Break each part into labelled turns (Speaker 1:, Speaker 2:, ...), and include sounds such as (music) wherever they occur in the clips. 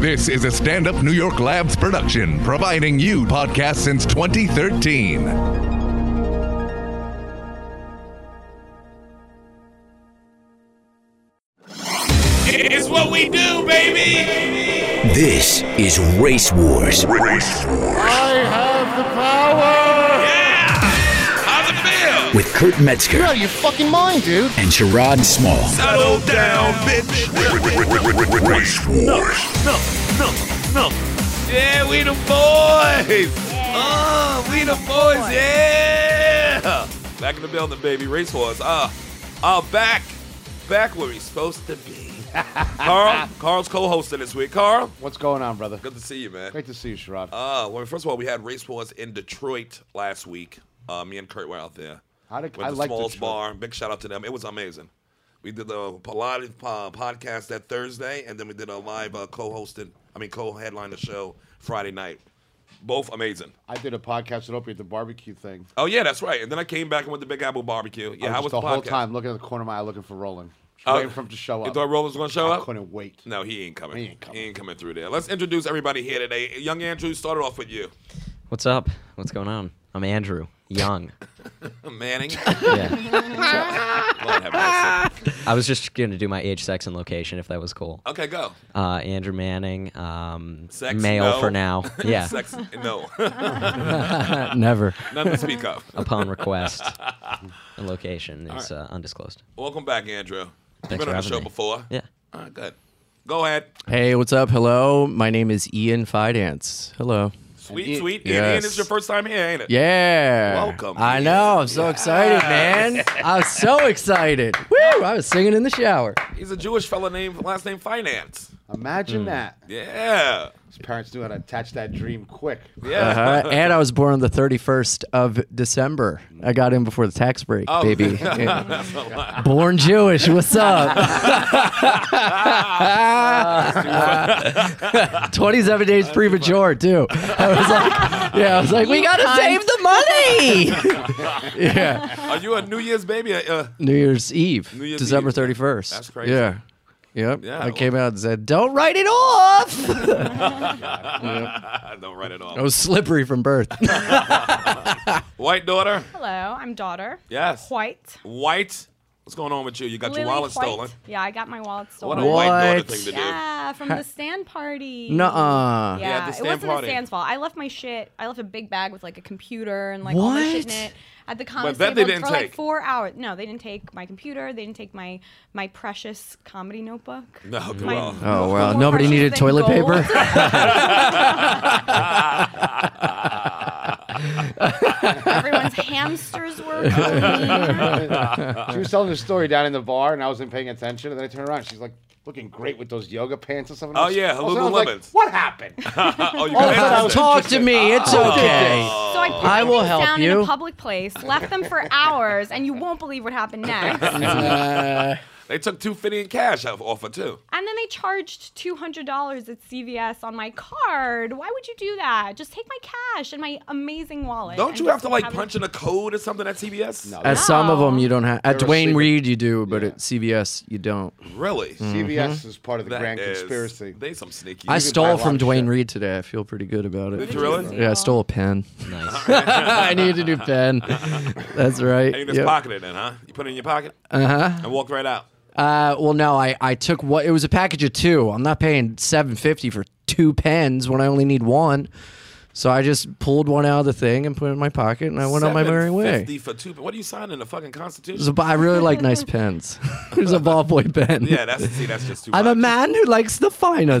Speaker 1: This is a stand up New York Labs production, providing you podcasts since 2013.
Speaker 2: It's what we do, baby.
Speaker 3: This is Race Wars
Speaker 2: Yeah. How's it feel?
Speaker 3: with Kurt Metzger
Speaker 4: out of your fucking mind, dude.
Speaker 3: and Sherrod Small.
Speaker 2: Settle down, bitch.
Speaker 1: Race Wars.
Speaker 2: Yeah, we the boys. Oh, we the boys. Yeah. Back in the building, baby. Racehorse. Ah, ah, back, back where he's supposed to be. Carl, Carl's co-hosting this week. Carl,
Speaker 4: What's going on, brother?
Speaker 2: good to see you, man.
Speaker 4: Great to see you, Sherrod.
Speaker 2: Uh, well, first of all, we had race wars in Detroit last week. Uh, me and Kurt were out there.
Speaker 4: How did-
Speaker 2: Went
Speaker 4: I
Speaker 2: to
Speaker 4: like
Speaker 2: Smalls
Speaker 4: Detroit.
Speaker 2: Bar. Big shout out to them. It was amazing. We did the Pilates uh, podcast that Thursday, and then we did a live uh, co-hosted. I mean, co-headline the show Friday night. Both amazing.
Speaker 4: I did a podcast at Opie at the barbecue thing.
Speaker 2: Oh yeah, that's right. And then I came back and went to Big Apple Barbecue. Yeah,
Speaker 4: I
Speaker 2: how
Speaker 4: was
Speaker 2: was
Speaker 4: the
Speaker 2: the
Speaker 4: whole
Speaker 2: podcast?
Speaker 4: time looking at the corner of my eye looking for Roland. Just
Speaker 2: Oh,
Speaker 4: waiting for him to show
Speaker 2: You
Speaker 4: up.
Speaker 2: thought Roland's gonna show
Speaker 4: I
Speaker 2: up?
Speaker 4: couldn't wait.
Speaker 2: No, he ain't coming.
Speaker 4: He ain't coming.
Speaker 2: through there. Let's introduce everybody here today. Young Andrew started off with you,
Speaker 5: What's up? What's going on? I'm Andrew Young. Oh,
Speaker 2: Manning.
Speaker 5: Yeah.
Speaker 2: (laughs) Lord have mercy.
Speaker 5: (laughs) I was just gonna do my age, sex, and location if that was cool.
Speaker 2: Okay,
Speaker 5: (laughs)
Speaker 2: go.
Speaker 5: Uh, Andrew Manning, um,
Speaker 2: Sex,
Speaker 5: male
Speaker 2: no. (laughs)
Speaker 5: for now. Yeah,
Speaker 2: Sex, no. (laughs)
Speaker 5: never.
Speaker 2: Nothing to speak of.
Speaker 5: Upon
Speaker 2: (laughs)
Speaker 5: request, and location is uh, undisclosed.
Speaker 2: Welcome back, Andrew. You've
Speaker 5: Thanks
Speaker 2: been on the
Speaker 5: for having
Speaker 2: show
Speaker 5: me.
Speaker 2: before.
Speaker 5: Yeah.
Speaker 2: All right, Ah, good. Go ahead.
Speaker 6: Hey, what's up? Hello. My name is Ian Fidance. Hello.
Speaker 2: Sweet,
Speaker 4: Ian-
Speaker 2: sweet. Ian,
Speaker 6: Yes.
Speaker 2: Ian, this is your first time here, ain't it?
Speaker 6: Yeah.
Speaker 2: Welcome,
Speaker 6: I
Speaker 2: Ian.
Speaker 6: know. I'm so excited,
Speaker 2: (laughs)
Speaker 6: man. I'm so excited. Woo! I was singing in the shower.
Speaker 2: He's a Jewish fella named last name Finance.
Speaker 4: Imagine that.
Speaker 2: Yeah.
Speaker 4: His parents knew how to attach that dream
Speaker 2: (laughs)
Speaker 4: quick.
Speaker 2: Yeah.
Speaker 6: Uh-huh. and I was born on the 31st of December. I got in before the tax break,
Speaker 2: Oh. (laughs)
Speaker 6: baby. (laughs) Yeah.
Speaker 2: That's a lot.
Speaker 6: born Jewish. What's up? (laughs) 27 days premature, too. I was like, yeah, I was like, we got to save the money. yeah.
Speaker 2: Are you a New Year's baby? Uh,
Speaker 6: New Year's Eve,
Speaker 2: New Year's
Speaker 6: December
Speaker 2: Eve.
Speaker 6: 31st.
Speaker 2: That's crazy.
Speaker 6: Yeah. Yep.
Speaker 2: Yeah,
Speaker 6: I
Speaker 2: well-
Speaker 6: came out and said, "Don't write it
Speaker 2: (laughs)
Speaker 6: off."
Speaker 2: don't write it off.
Speaker 6: I was slippery
Speaker 2: (laughs)
Speaker 6: from birth. (laughs)
Speaker 2: White daughter.
Speaker 7: Hello, I'm daughter.
Speaker 2: Yes.
Speaker 7: White.
Speaker 2: White. What's going on with you? You got
Speaker 7: Lily
Speaker 2: your wallet
Speaker 7: White.
Speaker 2: stolen.
Speaker 7: Yeah, I got my wallet
Speaker 2: What
Speaker 7: stolen.
Speaker 2: a white daughter
Speaker 6: What?
Speaker 2: thing to do.
Speaker 7: Yeah, from the stand party.
Speaker 6: Nuh-uh. Oh,
Speaker 7: Yeah,
Speaker 2: Yeah, the
Speaker 7: it
Speaker 2: stand
Speaker 7: wasn't
Speaker 2: party.
Speaker 7: the stand's fault. I left my shit. I left a big bag with like a computer and like all my shit in
Speaker 6: What?
Speaker 7: it at the comedy
Speaker 2: that they
Speaker 7: table
Speaker 2: didn't
Speaker 7: for
Speaker 2: take.
Speaker 7: like four hours. No, they didn't take my computer. They didn't take my my precious comedy notebook.
Speaker 2: No,
Speaker 7: My-
Speaker 2: well.
Speaker 6: (laughs) Oh wow!
Speaker 7: More
Speaker 6: Nobody
Speaker 7: precious
Speaker 6: needed
Speaker 7: than
Speaker 6: toilet
Speaker 7: gold.
Speaker 6: paper.
Speaker 7: (laughs) Everyone's hamsters were
Speaker 6: (laughs)
Speaker 7: clean.
Speaker 2: Uh-huh.
Speaker 4: she was telling the story down in the bar, and I wasn't paying attention. And then I turned around. She's like, looking great with those yoga pants and stuff. And I
Speaker 2: Oh,
Speaker 4: was-
Speaker 2: yeah,
Speaker 4: all of a sudden I was like,
Speaker 2: Lululemons.
Speaker 4: what happened?
Speaker 2: (laughs) (laughs) oh, you
Speaker 4: Oh, I
Speaker 2: got
Speaker 4: was
Speaker 2: it.
Speaker 6: Talk to me. It's
Speaker 2: Oh.
Speaker 6: okay.
Speaker 7: So I put
Speaker 6: I will
Speaker 7: these
Speaker 6: help
Speaker 7: down in
Speaker 6: you.
Speaker 7: a public place, left them for hours, and you won't believe what
Speaker 6: (laughs)
Speaker 7: happened next.
Speaker 2: They took 250 in cash off offer, too.
Speaker 7: And then they charged two hundred dollars at CVS on my card. Why would you do that? Just take my cash and my amazing wallet.
Speaker 2: Don't
Speaker 7: and
Speaker 2: you
Speaker 7: just
Speaker 2: have to like
Speaker 7: it-
Speaker 2: punch in a code or something at CBS?
Speaker 4: No.
Speaker 6: At some of them,
Speaker 7: No.
Speaker 6: you don't have. At
Speaker 4: They're a secret-
Speaker 6: Dwayne Reed, you do, but
Speaker 4: Yeah.
Speaker 6: at CVS, you don't.
Speaker 2: Really?
Speaker 4: CVS is part of the
Speaker 2: That
Speaker 4: grand
Speaker 2: is-
Speaker 4: conspiracy.
Speaker 2: They some sneaky.
Speaker 6: Mm. I
Speaker 4: buy a
Speaker 6: stole
Speaker 4: lot
Speaker 6: from
Speaker 4: of
Speaker 6: Dwayne
Speaker 4: shit.
Speaker 6: Reed today. I feel pretty good about it.
Speaker 2: Did you really?
Speaker 6: Yeah, I stole a pen.
Speaker 5: Nice.
Speaker 6: (laughs) I need a
Speaker 2: (laughs)
Speaker 6: new pen. That's right.
Speaker 2: And you just
Speaker 6: Yep. Uh-huh.
Speaker 2: pocket it in, huh? You put it in your pocket and walk right out.
Speaker 6: Uh, well, no, I, I took what it was a package of two. I'm not paying seven fifty for two pens when I only need one. So I just pulled one out of the thing and put it in my pocket, and I went on my merry way.
Speaker 2: Fifty for two. What are you signing the fucking
Speaker 6: It was a
Speaker 2: Constitution?
Speaker 6: ba- I really like nice pens. (laughs) There's a ballboy
Speaker 2: (laughs)
Speaker 6: pen.
Speaker 2: yeah, that's see, that's just too.
Speaker 6: I'm a
Speaker 2: much.
Speaker 6: man who likes the finer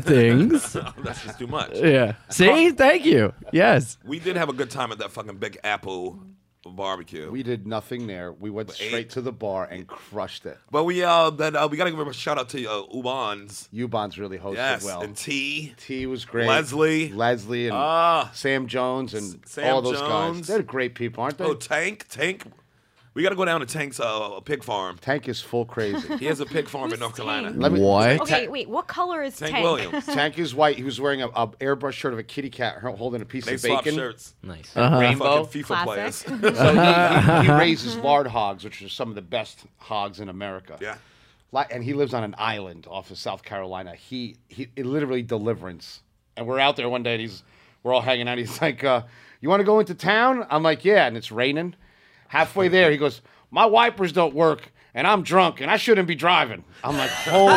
Speaker 2: (laughs)
Speaker 6: things.
Speaker 2: That's just too much.
Speaker 6: yeah. (laughs) See, thank you. Yes.
Speaker 2: We did have a good time at that fucking Big Apple barbecue.
Speaker 4: We did nothing there. We went straight to the bar and crushed it.
Speaker 2: but we uh, then uh, we gotta give a shout out to uh, Ubans.
Speaker 4: Ubon's really hosted
Speaker 2: Yes,
Speaker 4: Oh, well.
Speaker 2: and T.
Speaker 4: T was great.
Speaker 2: Leslie.
Speaker 4: Leslie and
Speaker 2: Ah.
Speaker 4: Sam Jones and
Speaker 2: Sam
Speaker 4: all those
Speaker 2: Jones.
Speaker 4: guys. They're great people, aren't they?
Speaker 2: Oh, Tank, Tank. We gotta go down to Tank's uh, pig farm.
Speaker 4: Tank is full
Speaker 2: (laughs)
Speaker 4: crazy. (laughs)
Speaker 2: He has a pig farm in
Speaker 7: Who's
Speaker 2: North Carolina.
Speaker 7: Tank?
Speaker 4: Let me-
Speaker 6: What?
Speaker 7: Okay, wait. What color is
Speaker 2: Tank,
Speaker 7: Tank?
Speaker 2: Williams.
Speaker 4: Tank is white. He was wearing a, a airbrush shirt of a kitty cat her- holding a piece
Speaker 2: They
Speaker 4: of
Speaker 2: swap
Speaker 4: bacon.
Speaker 2: shirts.
Speaker 5: nice.
Speaker 6: Uh-huh.
Speaker 2: Rainbow FIFA
Speaker 7: Classic.
Speaker 6: (laughs)
Speaker 2: players.
Speaker 4: So he, he, he raises lard hogs, which are some of the best hogs in America.
Speaker 2: yeah.
Speaker 4: li- and he lives on an island off of South Carolina. He he it literally deliverance. And we're out there one day and he's we're all hanging out. He's (laughs) like, uh, you want to go into town? I'm like, yeah, and it's raining. Halfway there, he goes, My wipers don't work and I'm drunk and I shouldn't be driving. I'm
Speaker 6: (laughs)
Speaker 4: like, holy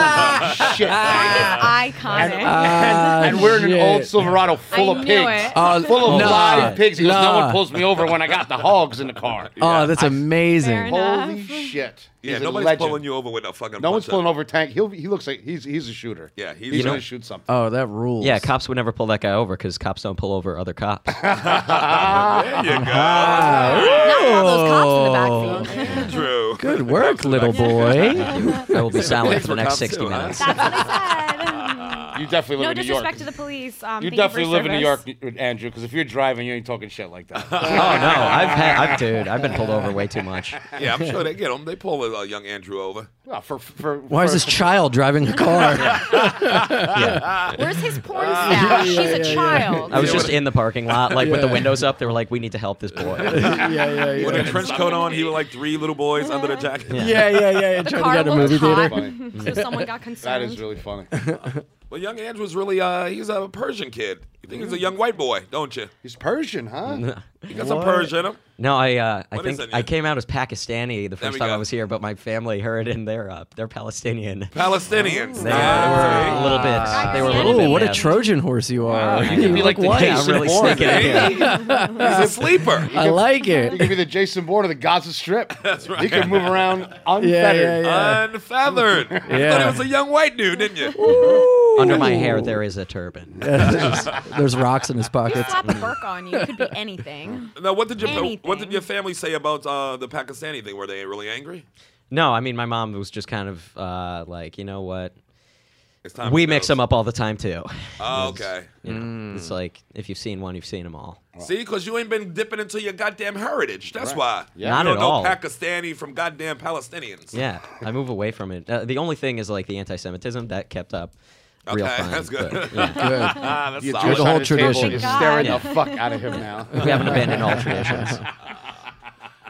Speaker 4: shit. man."
Speaker 7: Iconic.
Speaker 4: Uh, and, and we're in an old
Speaker 6: Ah, shit.
Speaker 4: Silverado full
Speaker 7: I
Speaker 4: of
Speaker 7: knew
Speaker 4: pigs.
Speaker 7: it.
Speaker 6: Oh,
Speaker 4: full of
Speaker 6: nah,
Speaker 4: live pigs. He goes, no one
Speaker 6: nah.
Speaker 4: pulls me over when I got the hogs in the
Speaker 6: (laughs)
Speaker 4: car.
Speaker 6: Oh, that's amazing.
Speaker 7: Fair enough.
Speaker 4: Holy shit.
Speaker 2: Yeah,
Speaker 4: He's a
Speaker 2: nobody's
Speaker 4: legend.
Speaker 2: pulling you over with a fucking.
Speaker 4: No one's
Speaker 2: punch-up.
Speaker 4: pulling over Tank. He'll, he looks like he's he's a shooter.
Speaker 2: Yeah, he's
Speaker 4: he's,
Speaker 2: You know-
Speaker 4: gonna shoot something.
Speaker 6: Oh, that rules.
Speaker 5: Yeah, cops would never pull that guy over because cops don't pull over other cops.
Speaker 2: There you go,
Speaker 7: Not with all those cops in the backseat.
Speaker 2: Drew.
Speaker 6: Good work, little
Speaker 5: (laughs)
Speaker 6: boy.
Speaker 5: I
Speaker 2: (laughs)
Speaker 5: will be silent for the
Speaker 2: Cops
Speaker 5: next 60
Speaker 2: too, huh? (laughs)
Speaker 5: minutes. Oh,
Speaker 7: That's what I said.
Speaker 4: you definitely
Speaker 7: Uh, no
Speaker 4: live in New York.
Speaker 7: disrespect to the police. Um,
Speaker 4: you
Speaker 7: thank
Speaker 4: definitely
Speaker 7: for
Speaker 4: live in New York,
Speaker 7: service.
Speaker 4: Andrew. Because if you're driving, you ain't talking shit
Speaker 2: (laughs)
Speaker 4: like that.
Speaker 5: Oh no, I've had, I've dude, I've been pulled over way too much.
Speaker 2: Yeah, I'm sure they get him. They pull a, uh, young Andrew over.
Speaker 4: Well, for, for,
Speaker 6: Why is
Speaker 4: for-
Speaker 6: this child driving a car?
Speaker 7: (laughs) Where's his porn stash? She's a child.
Speaker 5: I was just in the parking lot, like with the windows up. They were like, "We need to help
Speaker 2: (laughs)
Speaker 5: this boy."
Speaker 6: yeah, yeah, (laughs) yeah.
Speaker 2: With a trench coat on, he was like three little boys under the jacket.
Speaker 6: Yeah, yeah, yeah. yeah.
Speaker 7: the
Speaker 6: Trying
Speaker 7: car
Speaker 6: to get a
Speaker 7: looked
Speaker 6: movie
Speaker 7: hot, (laughs)
Speaker 6: theater.
Speaker 7: so someone got concerned.
Speaker 4: (laughs) That is really funny.
Speaker 2: (laughs) Well, young Andrew's really, uh, he's a Persian kid. You think he's a young white boy, don't you?
Speaker 4: He's Persian,
Speaker 7: (laughs)
Speaker 4: huh?
Speaker 2: He got some Persian in him.
Speaker 5: No, I uh, I
Speaker 2: What is
Speaker 5: think
Speaker 2: that,
Speaker 5: I
Speaker 2: dude?
Speaker 5: came out as Pakistani the
Speaker 2: we
Speaker 5: first time I
Speaker 2: go.
Speaker 5: was here, but my family heard and they're uh, they're Palestinian.
Speaker 2: Palestinians.
Speaker 5: They, uh, were a little bit. They were a little
Speaker 6: Oh,
Speaker 5: bit.
Speaker 6: what a
Speaker 5: mad.
Speaker 6: Trojan horse you are! (laughs)
Speaker 4: You could be like the
Speaker 5: Yeah, I'm
Speaker 4: Jason
Speaker 5: really
Speaker 4: Bourne.
Speaker 5: sneaking it in.
Speaker 2: He's a sleeper.
Speaker 6: I like
Speaker 4: You
Speaker 6: it.
Speaker 4: could be the Jason Bourne of the Gaza
Speaker 2: (laughs)
Speaker 4: Strip. That's
Speaker 2: right.
Speaker 4: He can
Speaker 2: (laughs)
Speaker 4: move around unfettered.
Speaker 6: (laughs) Yeah, yeah,
Speaker 2: Uh,
Speaker 6: yeah.
Speaker 2: Unfeathered. You thought
Speaker 6: Yeah.
Speaker 2: he was a young white dude, didn't you?
Speaker 5: Under my hair, there is a turban.
Speaker 6: There's rocks in his
Speaker 7: You
Speaker 6: pockets.
Speaker 7: slap a burk on you. It could be anything.
Speaker 2: Now, what did your what
Speaker 7: Anything.
Speaker 2: did your family say about uh, the Pakistani thing? Were they really angry?
Speaker 5: No, I mean my mom was just kind of uh, like, you know what?
Speaker 2: It's time.
Speaker 5: We
Speaker 2: for
Speaker 5: mix
Speaker 2: those.
Speaker 5: them up all the time too.
Speaker 2: Oh, okay.
Speaker 5: You know, it's like if you've seen one, you've seen them all.
Speaker 2: See, because you ain't been dipping into your goddamn heritage. That's why.
Speaker 5: Yeah. Not
Speaker 2: you
Speaker 5: at
Speaker 2: don't know
Speaker 5: all.
Speaker 2: Pakistani from goddamn Palestinians.
Speaker 5: Yeah, I move away from it. Uh, the only thing is like the anti-Semitism that kept up. Real
Speaker 2: Okay, (laughs)
Speaker 5: fine,
Speaker 2: that's good.
Speaker 5: but, yeah.
Speaker 6: Good.
Speaker 2: Ah, that's
Speaker 4: The
Speaker 2: solid.
Speaker 6: There's a whole
Speaker 4: Jewish side of the table
Speaker 6: tradition.
Speaker 4: is
Speaker 7: Thank
Speaker 4: staring
Speaker 7: Oh God.
Speaker 4: the fuck out of him now.
Speaker 5: we
Speaker 4: (laughs)
Speaker 5: haven't abandoned
Speaker 2: (laughs)
Speaker 5: all traditions.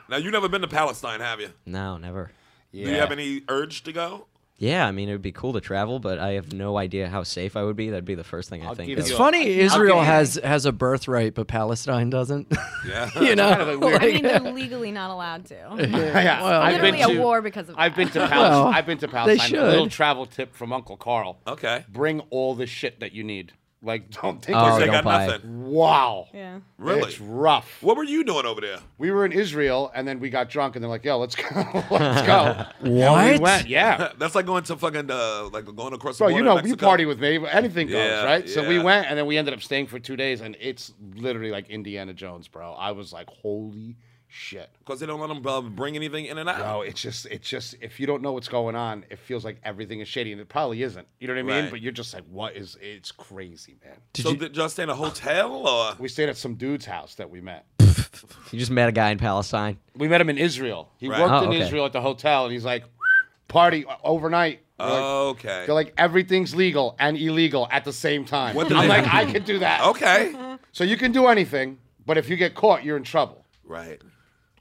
Speaker 2: Now, you never been to Palestine, have you?
Speaker 5: No, never.
Speaker 4: Yeah.
Speaker 2: Do you have any urge to go?
Speaker 5: Yeah, I mean it would be cool to travel, but I have no idea how safe I would be. That'd be the first thing I think.
Speaker 4: give
Speaker 5: Of.
Speaker 6: It's
Speaker 4: you
Speaker 6: funny. Israel has has a birthright, but Palestine doesn't. (laughs)
Speaker 2: Yeah.
Speaker 5: (laughs)
Speaker 6: you know, (laughs)
Speaker 7: I mean, they're legally not
Speaker 4: (laughs)
Speaker 7: allowed to.
Speaker 4: (laughs) Yeah, I've been
Speaker 7: Literally
Speaker 4: to
Speaker 7: a war because of
Speaker 4: I've
Speaker 7: that.
Speaker 4: been to Palestine. I've been to Palestine. A
Speaker 6: should.
Speaker 4: little travel tip from Uncle Carl.
Speaker 2: Okay.
Speaker 4: Bring all the shit that you need. Like, (laughs) don't think.
Speaker 5: Oh,
Speaker 2: they
Speaker 4: it's-
Speaker 5: don't
Speaker 2: got
Speaker 5: buy it.
Speaker 2: nothing.
Speaker 4: wow.
Speaker 7: Yeah.
Speaker 2: Really?
Speaker 4: It's rough.
Speaker 2: What were you doing over there?
Speaker 4: We were in Israel and then we got drunk and they're like, "Yo, let's go, (laughs) let's
Speaker 2: (laughs)
Speaker 4: go." And we
Speaker 6: What?
Speaker 4: went, yeah.
Speaker 2: That's like going to fucking uh, like going across
Speaker 4: Bro,
Speaker 2: the border.
Speaker 4: you know,
Speaker 2: to
Speaker 4: you
Speaker 2: Mexico.
Speaker 4: party with me, anything goes,
Speaker 2: Yeah,
Speaker 4: right? So we
Speaker 2: yeah.
Speaker 4: went and then we ended up staying for two days and it's literally like Indiana Jones, bro. I was like, "Holy shit!"
Speaker 2: Because they don't let them uh, bring anything in and out.
Speaker 4: No, it's just it's just if you don't know what's going on, it feels like everything is shady, and it probably isn't. You know what I mean?
Speaker 2: Right.
Speaker 4: But you're just like, what is? It's crazy, man.
Speaker 2: so did y'all stay in a hotel or?
Speaker 4: We stayed at some dude's house that we met.
Speaker 5: You just met a guy in Palestine.
Speaker 4: We met him in Israel. He
Speaker 2: Right.
Speaker 4: worked
Speaker 5: Oh,
Speaker 4: in
Speaker 5: okay.
Speaker 4: Israel at the hotel, and he's like, party overnight. They're like-
Speaker 2: Oh. Okay.
Speaker 4: they're like everything's legal and illegal at the same time.
Speaker 2: What do
Speaker 4: I'm
Speaker 2: they-
Speaker 4: like, I can do that.
Speaker 2: okay.
Speaker 4: So you can do anything, but if you get caught, you're in trouble.
Speaker 2: Right.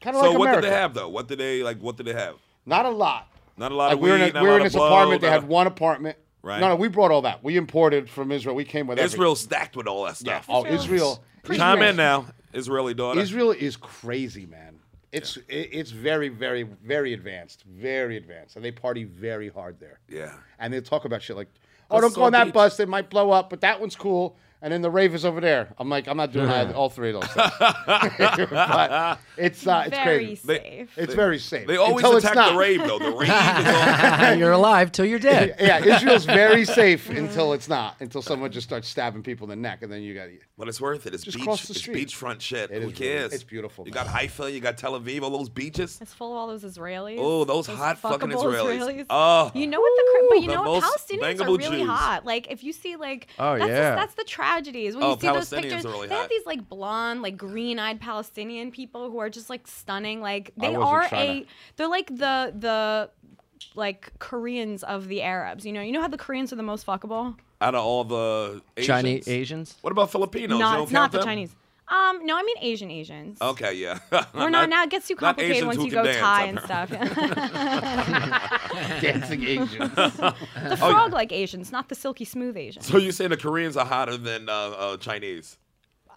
Speaker 4: Kind of
Speaker 2: So
Speaker 4: like
Speaker 2: what
Speaker 4: America.
Speaker 2: did they have though? What did they like? What did they have?
Speaker 4: Not a lot.
Speaker 2: Not a lot
Speaker 4: Like
Speaker 2: of
Speaker 4: we were in,
Speaker 2: weed.
Speaker 4: a,
Speaker 2: not
Speaker 4: we were in
Speaker 2: lot
Speaker 4: this
Speaker 2: of blow,
Speaker 4: apartment. They
Speaker 2: not
Speaker 4: had
Speaker 2: a-
Speaker 4: one apartment.
Speaker 2: Right.
Speaker 4: No, no, we brought all that. We imported from Israel. We came with everything.
Speaker 2: Israel stacked with all that
Speaker 4: Yeah.
Speaker 2: stuff.
Speaker 4: Oh, Israel.
Speaker 2: Chime in now, Israeli daughter.
Speaker 4: Israel is crazy, man. It's it, it's very, very, very advanced. Very advanced, and they party very hard there.
Speaker 2: Yeah.
Speaker 4: And they talk about shit like, "Oh, don't
Speaker 2: Let's
Speaker 4: go on
Speaker 2: go
Speaker 4: that
Speaker 2: beach."
Speaker 4: bus; it might blow up." But that one's cool. And then the rave is over there. I'm like, I'm not
Speaker 2: (laughs)
Speaker 4: doing either, all three of those things. (laughs) but it's uh, (laughs) it's
Speaker 7: Very
Speaker 4: crazy.
Speaker 7: safe.
Speaker 4: It's very safe.
Speaker 2: They always
Speaker 4: Until it's
Speaker 2: attack the
Speaker 4: not.
Speaker 2: rave though. The rave is all.
Speaker 6: you're alive till you're dead.
Speaker 4: (laughs) Yeah,
Speaker 2: (laughs)
Speaker 4: Israel's very safe until it's not. Until someone just starts stabbing people in the neck, and then you got
Speaker 2: But it's worth it. It's
Speaker 4: Just
Speaker 2: beach.
Speaker 4: cross the
Speaker 2: it's
Speaker 4: street.
Speaker 2: beachfront shit.
Speaker 4: It
Speaker 2: Who
Speaker 4: is really-
Speaker 2: cares?
Speaker 4: it's beautiful,
Speaker 2: You
Speaker 4: man.
Speaker 2: got Haifa. You got Tel Aviv. All those beaches.
Speaker 7: It's full of all those Israelis.
Speaker 2: Oh, those hot fucking
Speaker 7: fuckable
Speaker 2: Israelis.
Speaker 7: Israelis.
Speaker 2: Oh.
Speaker 7: you know what the cra- but you
Speaker 2: The
Speaker 7: know what
Speaker 2: most
Speaker 7: Palestinians are
Speaker 2: bangable
Speaker 7: really
Speaker 2: Jews.
Speaker 7: hot. Like if you see like
Speaker 6: Oh,
Speaker 7: that's
Speaker 6: yeah.
Speaker 7: the, that's the tragedy is when
Speaker 2: Oh,
Speaker 7: you see those
Speaker 2: Palestinians
Speaker 7: pictures.
Speaker 2: are really
Speaker 7: they
Speaker 2: hot.
Speaker 7: have these like blonde, like green-eyed Palestinian people who are just like stunning. Like
Speaker 4: I was
Speaker 7: they
Speaker 4: in
Speaker 7: are
Speaker 4: China.
Speaker 7: a they're like the the like Koreans of the Arabs. You know, you know how the Koreans are the most fuckable.
Speaker 2: Out of all the Asians.
Speaker 6: Chinese Asians.
Speaker 2: What about Filipinos? you
Speaker 7: not
Speaker 2: don't
Speaker 7: it's not
Speaker 2: count
Speaker 7: the
Speaker 2: them?
Speaker 7: Chinese. Um, no, I mean Asian Asians.
Speaker 2: Okay, yeah.
Speaker 7: (laughs) We're
Speaker 2: (laughs)
Speaker 7: not, now. It gets too
Speaker 2: not Asians
Speaker 7: complicated once
Speaker 2: who
Speaker 7: you
Speaker 2: can
Speaker 7: go
Speaker 2: dance,
Speaker 7: Thai
Speaker 2: (laughs)
Speaker 7: and stuff.
Speaker 4: Dancing Asians.
Speaker 2: Oh,
Speaker 7: the frog-like Asians, not the silky smooth Asians.
Speaker 2: So you're saying the Koreans are hotter than uh, uh, Chinese?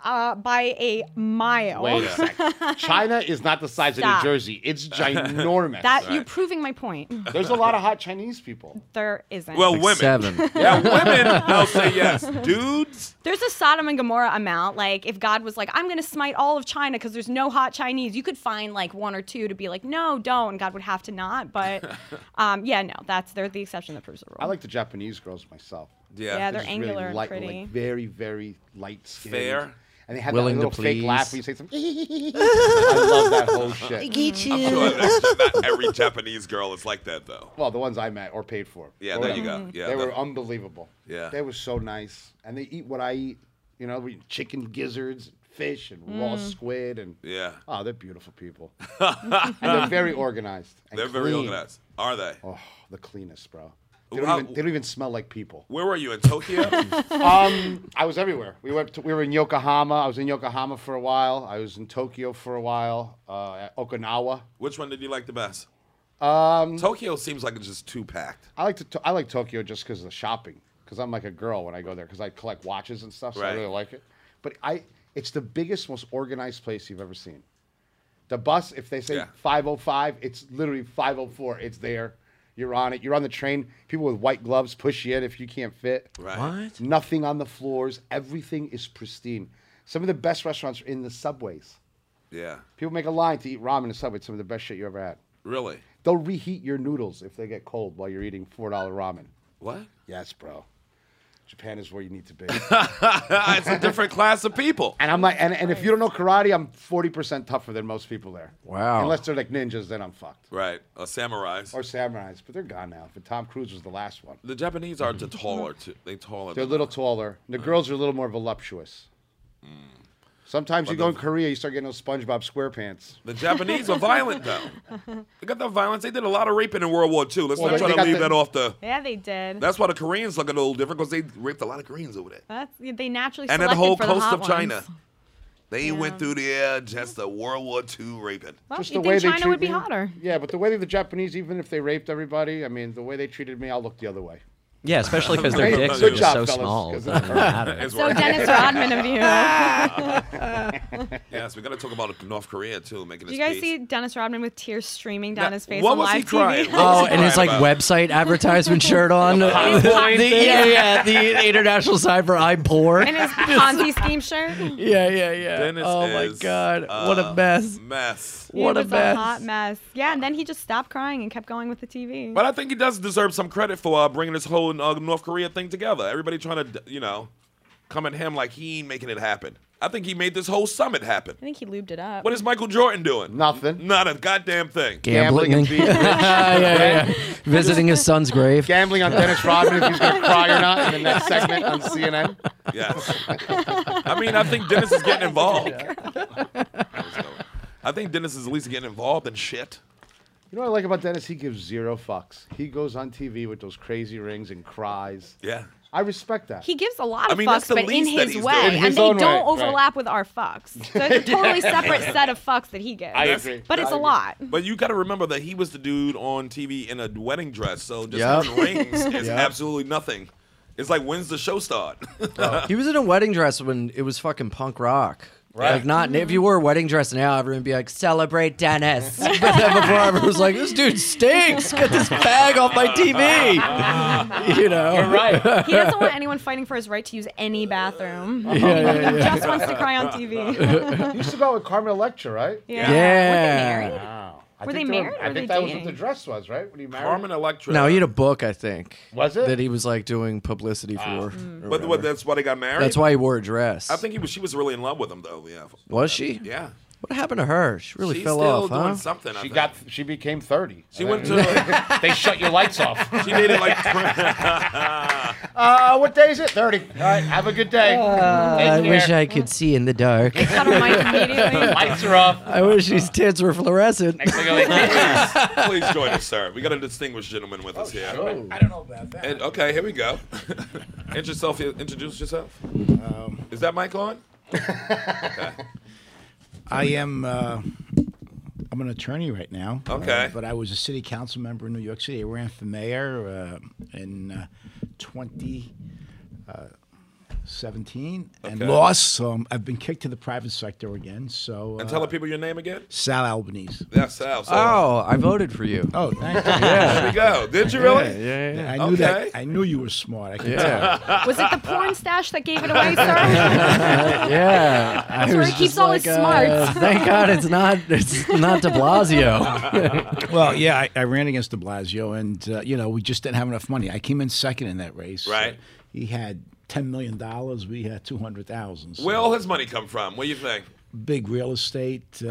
Speaker 7: Uh, by a mile.
Speaker 4: Wait a sec. China is not the size of
Speaker 7: Oh. Stop.
Speaker 4: New Jersey.
Speaker 2: (laughs)
Speaker 4: It's ginormous.
Speaker 7: That you're proving my point.
Speaker 4: There's a lot of hot Chinese people.
Speaker 7: There isn't.
Speaker 2: Well, women.
Speaker 6: Seven.
Speaker 2: (laughs) Yeah, women. I'll say
Speaker 7: (laughs)
Speaker 2: yes. Dudes.
Speaker 7: there's a Sodom and Gomorrah amount. Like, if God was like, I'm going to smite all of China because there's no hot Chinese, you could find like one or two to be like, no, don't. And God would have to
Speaker 2: (laughs)
Speaker 7: not. But um, yeah, no, that's they're the exception that proves the rule.
Speaker 4: I like the Japanese girls myself.
Speaker 2: Yeah.
Speaker 7: Yeah, they're
Speaker 4: just
Speaker 7: angular
Speaker 4: really
Speaker 7: and
Speaker 4: light,
Speaker 7: pretty.
Speaker 4: Like, very, very light skin.
Speaker 2: Fair.
Speaker 4: And they have
Speaker 6: Willing
Speaker 4: that
Speaker 6: to
Speaker 4: little fake laugh
Speaker 6: please.
Speaker 4: when you say something. (laughs) I love
Speaker 2: (laughs)
Speaker 4: that whole shit.
Speaker 2: I'm sure that's not every Japanese girl is like that though.
Speaker 4: Well, the ones I met or paid for.
Speaker 2: Yeah,
Speaker 4: or
Speaker 2: there you
Speaker 4: whatever.
Speaker 2: go. Yeah,
Speaker 4: they
Speaker 2: the-
Speaker 4: were unbelievable.
Speaker 2: Yeah.
Speaker 4: They were so nice. And they eat what I eat. You know, we eat chicken gizzards, fish, and raw
Speaker 7: Mm.
Speaker 4: squid. and
Speaker 2: Yeah.
Speaker 4: Oh, they're beautiful
Speaker 2: (laughs)
Speaker 4: people. and they're very organized. and
Speaker 2: They're very
Speaker 4: clean.
Speaker 2: organized. Are they?
Speaker 4: Oh, the cleanest, bro. They don't,
Speaker 2: How-
Speaker 4: even, they don't even smell like people.
Speaker 2: Where were you in
Speaker 4: (laughs)
Speaker 2: Tokyo?
Speaker 4: Um, I was everywhere. We went. To, we were in Yokohama. I was in Yokohama for a while. I was in Tokyo for a while. Uh, at Okinawa.
Speaker 2: Which one did you like the best? Um, Tokyo seems like it's just too packed.
Speaker 4: I like to. I like Tokyo just because of the shopping. Because I'm like a girl when I go there. Because I collect watches and stuff. So
Speaker 2: Right.
Speaker 4: I really like it. But I, it's the biggest, most organized place you've ever seen. The bus, if they say
Speaker 2: Yeah.
Speaker 4: 505, it's literally 504. It's there. You're on it. You're on the train. People with white gloves push you in if you can't fit.
Speaker 2: Right.
Speaker 6: What?
Speaker 4: Nothing on the floors. Everything is pristine. Some of the best restaurants are in the subways.
Speaker 2: Yeah.
Speaker 4: People make a line to eat ramen in the subway. It's some of the best shit you ever had.
Speaker 2: Really?
Speaker 4: They'll reheat your noodles if they get cold while you're eating $4 ramen.
Speaker 2: What?
Speaker 4: (laughs)
Speaker 2: (laughs)
Speaker 4: Yes, bro. Japan is where you need to
Speaker 7: (laughs)
Speaker 4: be.
Speaker 2: it's a different class of people.
Speaker 4: and I'm like, and, and if you don't know karate, I'm 40% tougher than most people there.
Speaker 6: Wow.
Speaker 4: Unless they're like ninjas, then I'm fucked.
Speaker 2: Right. Uh, samurais.
Speaker 4: Or samurais, but they're gone now. But Tom Cruise was the last one.
Speaker 2: The Japanese
Speaker 4: (laughs)
Speaker 2: are the taller too. They taller.
Speaker 4: They're a
Speaker 2: than
Speaker 4: little
Speaker 2: us.
Speaker 4: taller. The girls are a little more voluptuous.
Speaker 6: Hmm.
Speaker 4: Sometimes you go in Korea, you start getting those SpongeBob SquarePants.
Speaker 2: The Japanese are violent
Speaker 4: (laughs)
Speaker 2: though. They got the violence. They did a lot of raping in World War II. Let's
Speaker 4: Well,
Speaker 2: not
Speaker 4: they-
Speaker 2: try
Speaker 4: they
Speaker 2: to
Speaker 4: got
Speaker 2: leave
Speaker 4: the-
Speaker 2: that off the.
Speaker 7: yeah, they did.
Speaker 2: That's why the Koreans look a little different because they raped a lot of Koreans over there.
Speaker 7: That's, they naturally
Speaker 2: And then the whole
Speaker 7: selected for
Speaker 2: coast
Speaker 7: hot
Speaker 2: of China.
Speaker 7: ones.
Speaker 2: They went through there just a World War II raping.
Speaker 7: Well,
Speaker 4: Just
Speaker 7: you
Speaker 4: the
Speaker 7: think
Speaker 4: way they
Speaker 7: China would
Speaker 4: treat me.
Speaker 7: be hotter?
Speaker 4: Yeah, but the way that the Japanese, even if they raped everybody, I mean, the way they treated me, I'll look the other way.
Speaker 5: Yeah, especially because their
Speaker 4: Hey,
Speaker 5: dicks
Speaker 2: good
Speaker 5: are just
Speaker 4: job,
Speaker 5: so
Speaker 4: fellas,
Speaker 5: small.
Speaker 4: 'cause
Speaker 5: It doesn't matter.
Speaker 2: It's
Speaker 7: So
Speaker 2: working.
Speaker 7: Dennis Rodman of you.
Speaker 2: (laughs) Ah, Yes, we gotta talk about North Korea too, making
Speaker 7: Do
Speaker 2: this
Speaker 7: you guys
Speaker 2: peace.
Speaker 7: see Dennis Rodman with tears streaming down
Speaker 2: Now,
Speaker 7: his face
Speaker 2: what
Speaker 7: on
Speaker 2: was he
Speaker 7: live
Speaker 2: crying?
Speaker 7: (laughs) TV?
Speaker 2: What was
Speaker 6: Oh,
Speaker 2: he
Speaker 6: and his
Speaker 2: crying
Speaker 6: like
Speaker 2: about?
Speaker 6: website advertisement shirt on. (laughs) the, yeah, yeah, the international sign for I'm poor.
Speaker 7: and
Speaker 2: (laughs)
Speaker 7: his Ponzi scheme shirt.
Speaker 6: Yeah, yeah, yeah.
Speaker 2: Dennis
Speaker 6: oh my
Speaker 2: is,
Speaker 6: god, what
Speaker 2: uh,
Speaker 6: a mess!
Speaker 2: Mess.
Speaker 6: What
Speaker 7: he
Speaker 6: a
Speaker 7: was
Speaker 6: mess!
Speaker 7: a hot mess. Yeah, and then he just stopped crying and kept going with the TV.
Speaker 2: But I think he does deserve some credit for uh, bringing this whole uh, North Korea thing together. Everybody trying to, you know, come at him like he ain't making it happen. I think he made this whole summit happen.
Speaker 7: I think he lubed it up.
Speaker 2: What is Michael Jordan doing?
Speaker 4: Nothing.
Speaker 2: Not a goddamn
Speaker 7: (laughs)
Speaker 2: thing.
Speaker 4: Gambling and being rich.
Speaker 6: (laughs) yeah, yeah, yeah. Visiting his son's grave.
Speaker 4: Gambling on Dennis Rodman if he's going to cry or not in the
Speaker 7: (laughs)
Speaker 4: next segment on CNN.
Speaker 2: Yes. I mean, I think Dennis is getting
Speaker 7: (laughs)
Speaker 2: involved. I think Dennis is at least getting involved in shit.
Speaker 4: You know what I like about Dennis? He gives zero fucks. He goes on TV with those crazy rings and cries.
Speaker 2: Yeah.
Speaker 4: I respect that.
Speaker 7: he gives a lot
Speaker 2: I
Speaker 7: of
Speaker 2: mean, that's
Speaker 7: fucks,
Speaker 2: the
Speaker 7: but in
Speaker 2: least that
Speaker 7: his
Speaker 2: he's
Speaker 7: way,
Speaker 2: doing. In
Speaker 7: and
Speaker 4: his
Speaker 7: they
Speaker 4: own
Speaker 7: don't
Speaker 4: way, right.
Speaker 7: overlap with
Speaker 2: (laughs)
Speaker 7: our fucks. So it's a totally separate set of fucks that he gives.
Speaker 4: I agree.
Speaker 7: But
Speaker 4: I
Speaker 7: it's a
Speaker 4: agree.
Speaker 7: lot.
Speaker 2: But you got to remember that he was the dude on TV in a wedding dress, so just
Speaker 6: Yep.
Speaker 2: having rings
Speaker 6: (laughs)
Speaker 2: is absolutely nothing. It's like, when's the show start? (laughs) Oh.
Speaker 6: He was in a wedding dress when it was fucking punk rock. Right. Like not if you wore a wedding dress now, everyone would be like,
Speaker 2: (laughs)
Speaker 6: "Celebrate Dennis." But then before, everyone was like, "This dude stinks. Get this bag off my
Speaker 2: Ah.
Speaker 7: (laughs)
Speaker 6: TV." (laughs) You know. (laughs)
Speaker 4: right.
Speaker 7: He doesn't want anyone fighting for his right to use any bathroom. (laughs) He just wants to cry on
Speaker 2: (laughs)
Speaker 7: TV. yeah.
Speaker 4: You used to go out with Carmen Electra, right?
Speaker 7: Were they
Speaker 6: Yeah.
Speaker 7: married?
Speaker 4: Wow.
Speaker 7: Were they married or
Speaker 4: I
Speaker 7: were
Speaker 4: think
Speaker 7: they
Speaker 4: that was
Speaker 7: dating?
Speaker 4: what the dress was, right? When he married.
Speaker 2: Carmen Electra.
Speaker 6: No, he had a book, I think.
Speaker 4: Was it?
Speaker 6: that he was like doing publicity for? or
Speaker 2: Ah. But what,
Speaker 6: whatever.
Speaker 2: that's why they got married.
Speaker 6: that's why he wore a dress.
Speaker 2: I think he was. She was really in love with him, though. Yeah.
Speaker 6: Was she?
Speaker 2: Yeah.
Speaker 6: What happened to her? She really
Speaker 2: She's
Speaker 6: fell
Speaker 2: still
Speaker 6: off,
Speaker 2: doing
Speaker 6: huh?
Speaker 2: something. I
Speaker 4: She
Speaker 2: think.
Speaker 4: got. She became thirty.
Speaker 2: She went to.
Speaker 4: they shut your lights off.
Speaker 2: (laughs) she dated like.
Speaker 4: (laughs) Uh, what day is it? Thirty. All right. Have a good day.
Speaker 6: I
Speaker 7: Uh.
Speaker 4: Take care.
Speaker 6: wish I could see in the dark.
Speaker 7: Cut her mic
Speaker 2: (laughs)
Speaker 7: immediately.
Speaker 4: lights are off.
Speaker 6: I wish these tits were fluorescent.
Speaker 2: (laughs) Please join us, sir. We got a distinguished gentleman
Speaker 4: Oh,
Speaker 2: with us here.
Speaker 8: I don't know about that.
Speaker 2: (laughs)
Speaker 8: Um,
Speaker 2: And, okay, here we go. introduce yourself. Introduce yourself. Is that mic on?
Speaker 8: I am. Uh, I'm an attorney right now. uh,
Speaker 2: Okay.
Speaker 8: but I was a city council member in New York City. I ran for mayor uh, in uh, 2017 and
Speaker 2: Okay.
Speaker 8: lost. So um, I've been kicked to the private sector again. So uh,
Speaker 2: And tell the people your name again.
Speaker 8: Sal Albanese.
Speaker 2: That's Sal. So
Speaker 6: Oh, I voted for you.
Speaker 2: (laughs)
Speaker 8: Oh, thank you. yeah.
Speaker 2: there you
Speaker 8: (laughs)
Speaker 2: go. Did you really?
Speaker 9: Yeah, yeah.
Speaker 8: I knew that.
Speaker 2: Okay.
Speaker 8: I knew you were smart. I could
Speaker 9: Yeah,
Speaker 7: Was it the porn stash that gave it away, sir?
Speaker 6: Yeah, I
Speaker 7: where
Speaker 6: was
Speaker 7: he keeps
Speaker 6: just
Speaker 7: all his
Speaker 6: uh,
Speaker 7: smarts.
Speaker 6: (laughs) thank God it's not it's not De Blasio.
Speaker 8: Well, yeah, I, I ran against De Blasio, and uh, you know we just didn't have enough money. I came in second in that race.
Speaker 2: Right.
Speaker 8: he had ten million dollars. We had two hundred thousand.
Speaker 2: Where all his money come from? What do you think?
Speaker 8: big real estate uh,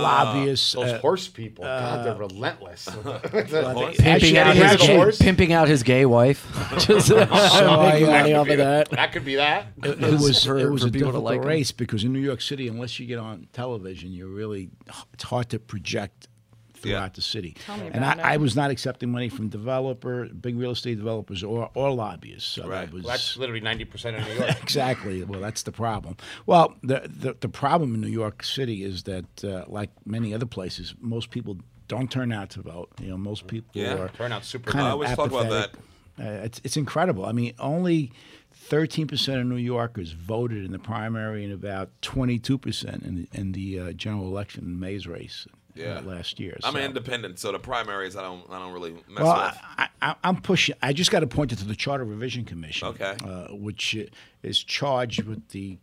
Speaker 8: lobbyists.
Speaker 4: Those
Speaker 8: uh,
Speaker 4: horse people, Uh. God, they're relentless.
Speaker 6: pimping,
Speaker 8: Actually,
Speaker 6: out
Speaker 8: I
Speaker 6: his
Speaker 8: have a
Speaker 6: gay,
Speaker 8: horse.
Speaker 6: pimping out his gay (laughs) wife. Just so
Speaker 8: I, uh,
Speaker 6: money off of that.
Speaker 4: that could be that.
Speaker 8: it was
Speaker 6: for-
Speaker 8: it was
Speaker 6: for
Speaker 8: a
Speaker 6: people to
Speaker 8: difficult
Speaker 6: like him.
Speaker 8: race because in New York City, unless you get on television, you're really it's hard to project throughout the city. and I, I was not accepting money from developer, big real estate developers, or or lobbyists. So
Speaker 2: Right.
Speaker 8: that was,
Speaker 4: That's literally ninety percent of New (laughs) York.
Speaker 8: (laughs) Exactly. Well, that's the problem. Well, the, the, the problem in New York City is that, uh, like many other places, most people don't turn out to vote. You know, most people
Speaker 2: Yeah.
Speaker 8: are
Speaker 4: Turnout super
Speaker 8: kind
Speaker 2: I
Speaker 8: of
Speaker 2: always talk about
Speaker 8: apathetic. Uh, it's, it's incredible. I mean, only 13% of New Yorkers voted in the primary and about 22% in the, in the uh, general election in May's race uh,
Speaker 2: Yeah.
Speaker 8: last year.
Speaker 2: I'm
Speaker 8: So-
Speaker 2: an independent, so the primaries I don't I don't really mess
Speaker 8: well,
Speaker 2: with.
Speaker 8: I, I, I'm pushing. I just got appointed to the Charter Revision Commission,
Speaker 2: Okay.
Speaker 8: uh, which uh, is charged with the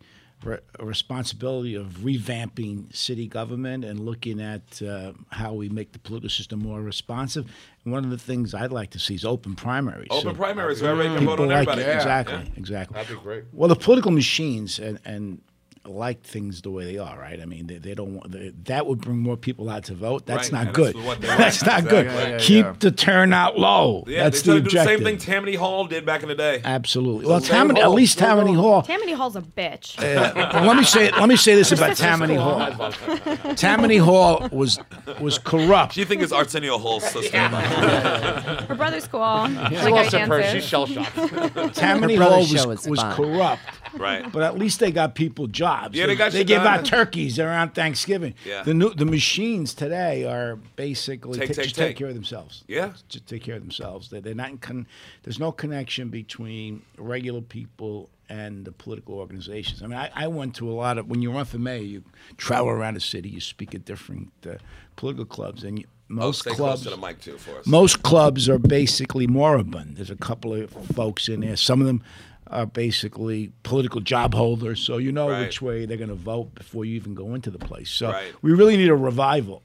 Speaker 8: re- responsibility of revamping city government and looking at uh, how we make the political system more responsive. And one of the things I'd like to see is open primaries.
Speaker 2: Open
Speaker 8: so
Speaker 2: primaries, where everybody can
Speaker 8: people
Speaker 2: vote on
Speaker 8: like
Speaker 2: everybody.
Speaker 8: it.
Speaker 2: Yeah,
Speaker 8: Exactly,
Speaker 2: yeah.
Speaker 8: exactly.
Speaker 4: That'd be great.
Speaker 8: Well, the political machines and and like things the way they are, right? I mean, they, they don't want they, that would bring more people out to vote. That's
Speaker 2: Right,
Speaker 8: not
Speaker 2: and that's
Speaker 8: good.
Speaker 2: what they want.
Speaker 8: (laughs) That's not good.
Speaker 2: Exactly. Yeah, yeah,
Speaker 8: Keep the turnout low.
Speaker 2: Yeah,
Speaker 8: that's
Speaker 2: they
Speaker 8: the
Speaker 2: tried to do the
Speaker 8: objective.
Speaker 2: same thing Tammany Hall did back in the day.
Speaker 8: Absolutely. Well,
Speaker 2: the same
Speaker 8: Tammany, at
Speaker 2: hall.
Speaker 8: least Tammany
Speaker 2: (laughs)
Speaker 8: Hall.
Speaker 7: (laughs) Tammany Hall's a bitch.
Speaker 8: Uh, Well, let me say let me say this about
Speaker 7: sister's
Speaker 8: Tammany
Speaker 7: cool.
Speaker 8: Hall. Tammany Hall was was corrupt.
Speaker 2: Do you think it's Arsenio
Speaker 8: (laughs)
Speaker 2: Hall's sister?
Speaker 7: Her brother's cool. Like
Speaker 4: She
Speaker 7: I
Speaker 4: lost her
Speaker 7: dance
Speaker 4: purse.
Speaker 7: it.
Speaker 4: She's shell shocked.
Speaker 8: Tammany
Speaker 6: brother's
Speaker 8: Hall
Speaker 6: show
Speaker 8: was,
Speaker 6: is
Speaker 8: was
Speaker 6: fine.
Speaker 8: corrupt.
Speaker 2: Right.
Speaker 8: (laughs) But at least they got people jobs.
Speaker 2: Yeah, they got you
Speaker 8: gave
Speaker 2: done.
Speaker 8: out turkeys around Thanksgiving.
Speaker 2: Yeah.
Speaker 8: The new the machines today are basically
Speaker 2: Take,
Speaker 8: ta-
Speaker 2: take,
Speaker 8: just
Speaker 2: take.
Speaker 8: take care of themselves.
Speaker 2: Yeah.
Speaker 8: Just take care of themselves. They they're not in con- there's no connection between regular people and the political organizations. I mean, I, I went to a lot of when you run for mayor, you travel around the city, you speak at different uh, political clubs, and you,
Speaker 2: Oh,
Speaker 8: most
Speaker 2: stay close
Speaker 8: clubs
Speaker 2: to the mic too for us.
Speaker 8: most clubs are basically moribund. There's a couple of folks in there. Some of them are basically political job holders, so you know
Speaker 2: Right.
Speaker 8: which way they're going to vote before you even go into the place. So
Speaker 2: Right.
Speaker 8: we really need a revival.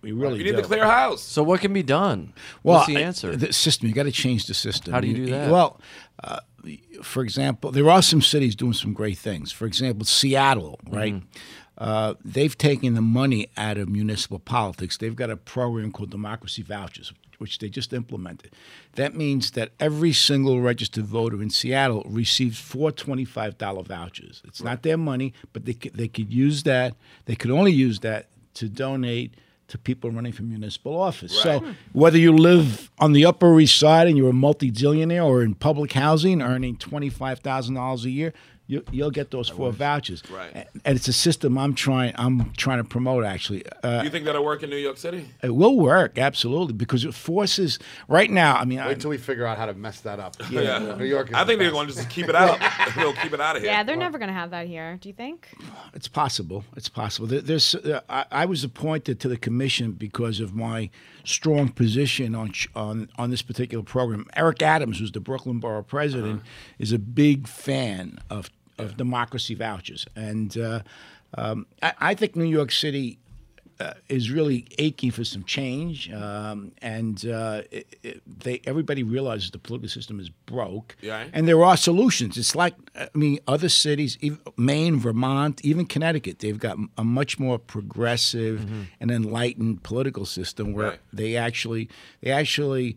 Speaker 8: We really
Speaker 2: you need
Speaker 8: do.
Speaker 2: to clear house.
Speaker 6: So what can be done?
Speaker 8: well,
Speaker 6: What's the
Speaker 8: I-
Speaker 6: answer?
Speaker 8: the system. You got to change the system.
Speaker 6: How do you do that?
Speaker 8: Well, uh, for example, there are some cities doing some great things. For example, Seattle,
Speaker 6: Mm-hmm.
Speaker 8: right? Uh, they've taken the money out of municipal politics. They've got a program called Democracy Vouchers, which they just implemented. That means that every single registered voter in Seattle receives four twenty-five dollar vouchers. It's not their money, but they could, they could use that. They could only use that to donate to people running for municipal office. So whether you live on the Upper East Side and you're a multi-zillionaire or in public housing earning twenty-five thousand dollars a year, you, you'll get those four vouchers.
Speaker 2: Right.
Speaker 8: A- And it's a system I'm trying. I'm trying to promote actually. Uh,
Speaker 2: you think that'll work in New York City?
Speaker 8: it will work absolutely because it forces. Right now, I mean, I,
Speaker 4: Wait till we figure out how to mess that up.
Speaker 2: Yeah.
Speaker 4: New York. Is
Speaker 2: I think
Speaker 4: the
Speaker 2: they're going to just keep it
Speaker 4: (laughs)
Speaker 2: out. (laughs) They'll keep it out of here.
Speaker 7: yeah, they're never gonna have that here. Do you think?
Speaker 8: it's possible. It's possible. There, there's. Uh, I, I was appointed to the commission because of my strong position on ch- on on this particular program. Eric Adams, who's the Brooklyn Borough president, is a big fan of of democracy vouchers, and uh, um, I, I think New York City uh, is really aching for some change, um, and uh, it, it, they everybody realizes the political system is broke,
Speaker 2: Yeah.
Speaker 8: and there are solutions. It's like I mean, other cities, even Maine, Vermont, even Connecticut, they've got a much more progressive and enlightened political system where
Speaker 2: Right.
Speaker 8: they actually they actually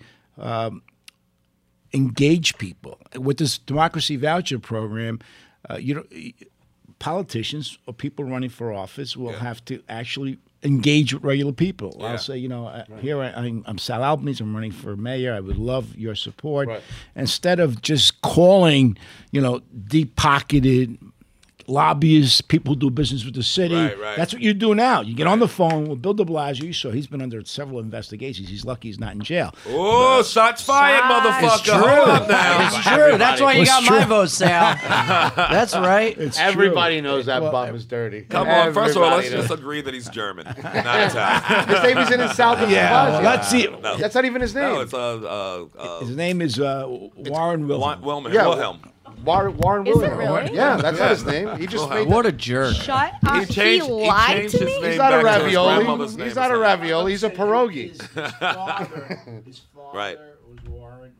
Speaker 8: engage people with this democracy voucher program. Uh, you know, politicians or people running for office will
Speaker 2: Yeah.
Speaker 8: have to actually engage with regular people.
Speaker 2: Yeah.
Speaker 8: I'll say, you know, uh here I, I'm, I'm Sal Albanese. I'm running for mayor. I would love your support.
Speaker 4: Right.
Speaker 8: Instead of just calling, you know, deep pocketed lobbyists, people who do business with the city.
Speaker 2: Right, right.
Speaker 8: That's what you do now. You get on the phone with Bill de Blasio. You saw he's been under several investigations. He's lucky he's not in jail.
Speaker 2: Oh, shots fired, motherfucker.
Speaker 6: It's true.
Speaker 2: Hold up now.
Speaker 6: It's true. That's why you
Speaker 8: It's
Speaker 6: got
Speaker 8: true.
Speaker 6: my vote, (laughs) Sal. That's right.
Speaker 8: It's true.
Speaker 4: Everybody knows that bum is dirty.
Speaker 2: Come on, first of all, let's
Speaker 4: Everybody
Speaker 2: just (laughs)
Speaker 4: knows.
Speaker 2: agree that he's
Speaker 4: (laughs)
Speaker 2: German, not Italian.
Speaker 4: His name is in his South
Speaker 8: Yeah, well, let's see.
Speaker 4: That's not even his name.
Speaker 2: No, it's uh, uh, uh,
Speaker 8: His name is uh, Warren Wilson.
Speaker 2: Wan- Wilman.
Speaker 4: Yeah,
Speaker 2: Wilhelm.
Speaker 4: War- Warren
Speaker 7: Is it
Speaker 4: Williams.
Speaker 7: really?
Speaker 4: Yeah, that's not his name. He just made
Speaker 6: What a jerk.
Speaker 7: Shut up. He, lied to me.
Speaker 4: He's not a
Speaker 2: back to his
Speaker 4: ravioli.
Speaker 2: grandmother's name
Speaker 4: He's
Speaker 2: or
Speaker 4: not a
Speaker 2: something.
Speaker 4: ravioli. He's a pierogi.
Speaker 8: father,
Speaker 2: (laughs)
Speaker 8: his father
Speaker 2: Right.
Speaker 8: was Warren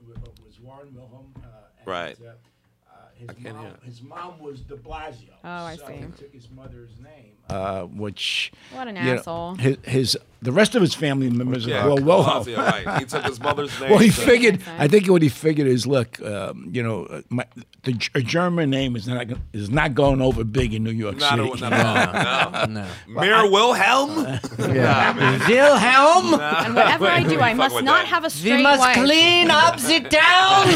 Speaker 8: was Warren Wilhelm. Uh, and,
Speaker 2: Right.
Speaker 8: Uh, uh, his, mom, his mom was De Blasio. Oh,
Speaker 7: I
Speaker 8: so
Speaker 7: see.
Speaker 8: He took his mother's name. Uh, which.
Speaker 7: What an
Speaker 8: you know,
Speaker 7: asshole.
Speaker 8: his, his the rest of his family members
Speaker 2: Yeah,
Speaker 8: are well Wilhelm. (laughs)
Speaker 2: Blasio, right. He took his mother's name.
Speaker 8: Well, he
Speaker 2: so-
Speaker 8: figured. I think what he figured is, look, um, you know, uh, my, the G- a German name is not gonna- is not going over big in New York
Speaker 2: Not,
Speaker 8: City.
Speaker 2: a, not at all. No. (laughs) Mayor
Speaker 8: (laughs)
Speaker 2: Wilhelm?
Speaker 6: Wilhelm,
Speaker 7: And whatever I
Speaker 2: Wait,
Speaker 7: do,
Speaker 2: who
Speaker 7: I
Speaker 2: you
Speaker 7: must
Speaker 2: fuck with
Speaker 7: not
Speaker 2: that?
Speaker 7: have a straight
Speaker 6: we must
Speaker 7: wife.
Speaker 6: clean up the (laughs) town.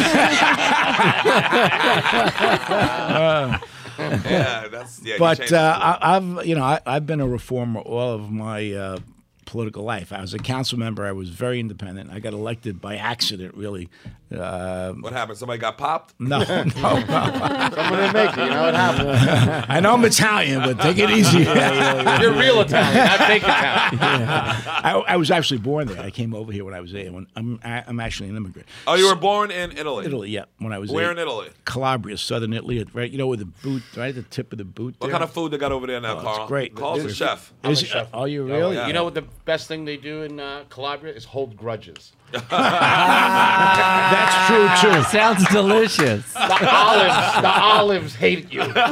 Speaker 2: yeah, that's yeah. he
Speaker 8: but
Speaker 2: changed
Speaker 8: uh, I, I've you know I, I've been a reformer all of my uh, political life. I was a council member. I was very independent. I got elected by accident, really. Uh,
Speaker 2: it. what happened? Somebody got popped?
Speaker 8: no, (laughs) no,
Speaker 4: Someone didn't make it. You know what happened?
Speaker 8: (laughs) I know I'm Italian, but take it easy. (laughs)
Speaker 4: (laughs) You're real Italian, not fake Italian.
Speaker 8: I, I was actually born there. I came over here when I was eight. When I'm I, I'm actually an immigrant.
Speaker 2: Oh, you were born in Italy.
Speaker 8: Italy, yeah. When I was
Speaker 2: Where
Speaker 8: eight.
Speaker 2: in Italy?
Speaker 8: Calabria, southern Italy, right? You know, with the boot, right at the tip of the boot.
Speaker 2: What
Speaker 8: there.
Speaker 2: kind of food they got over there now,
Speaker 8: Oh, it's
Speaker 2: Carl?
Speaker 8: great.
Speaker 2: Carl's a
Speaker 8: It's-
Speaker 2: chef.
Speaker 8: Is, it- are you really?
Speaker 2: yeah.
Speaker 4: You know what the best thing they do in uh, Calabria is hold grudges.
Speaker 8: That's true
Speaker 2: Ah,
Speaker 8: too.
Speaker 6: Sounds delicious.
Speaker 4: The olives, the olives hate you. for 200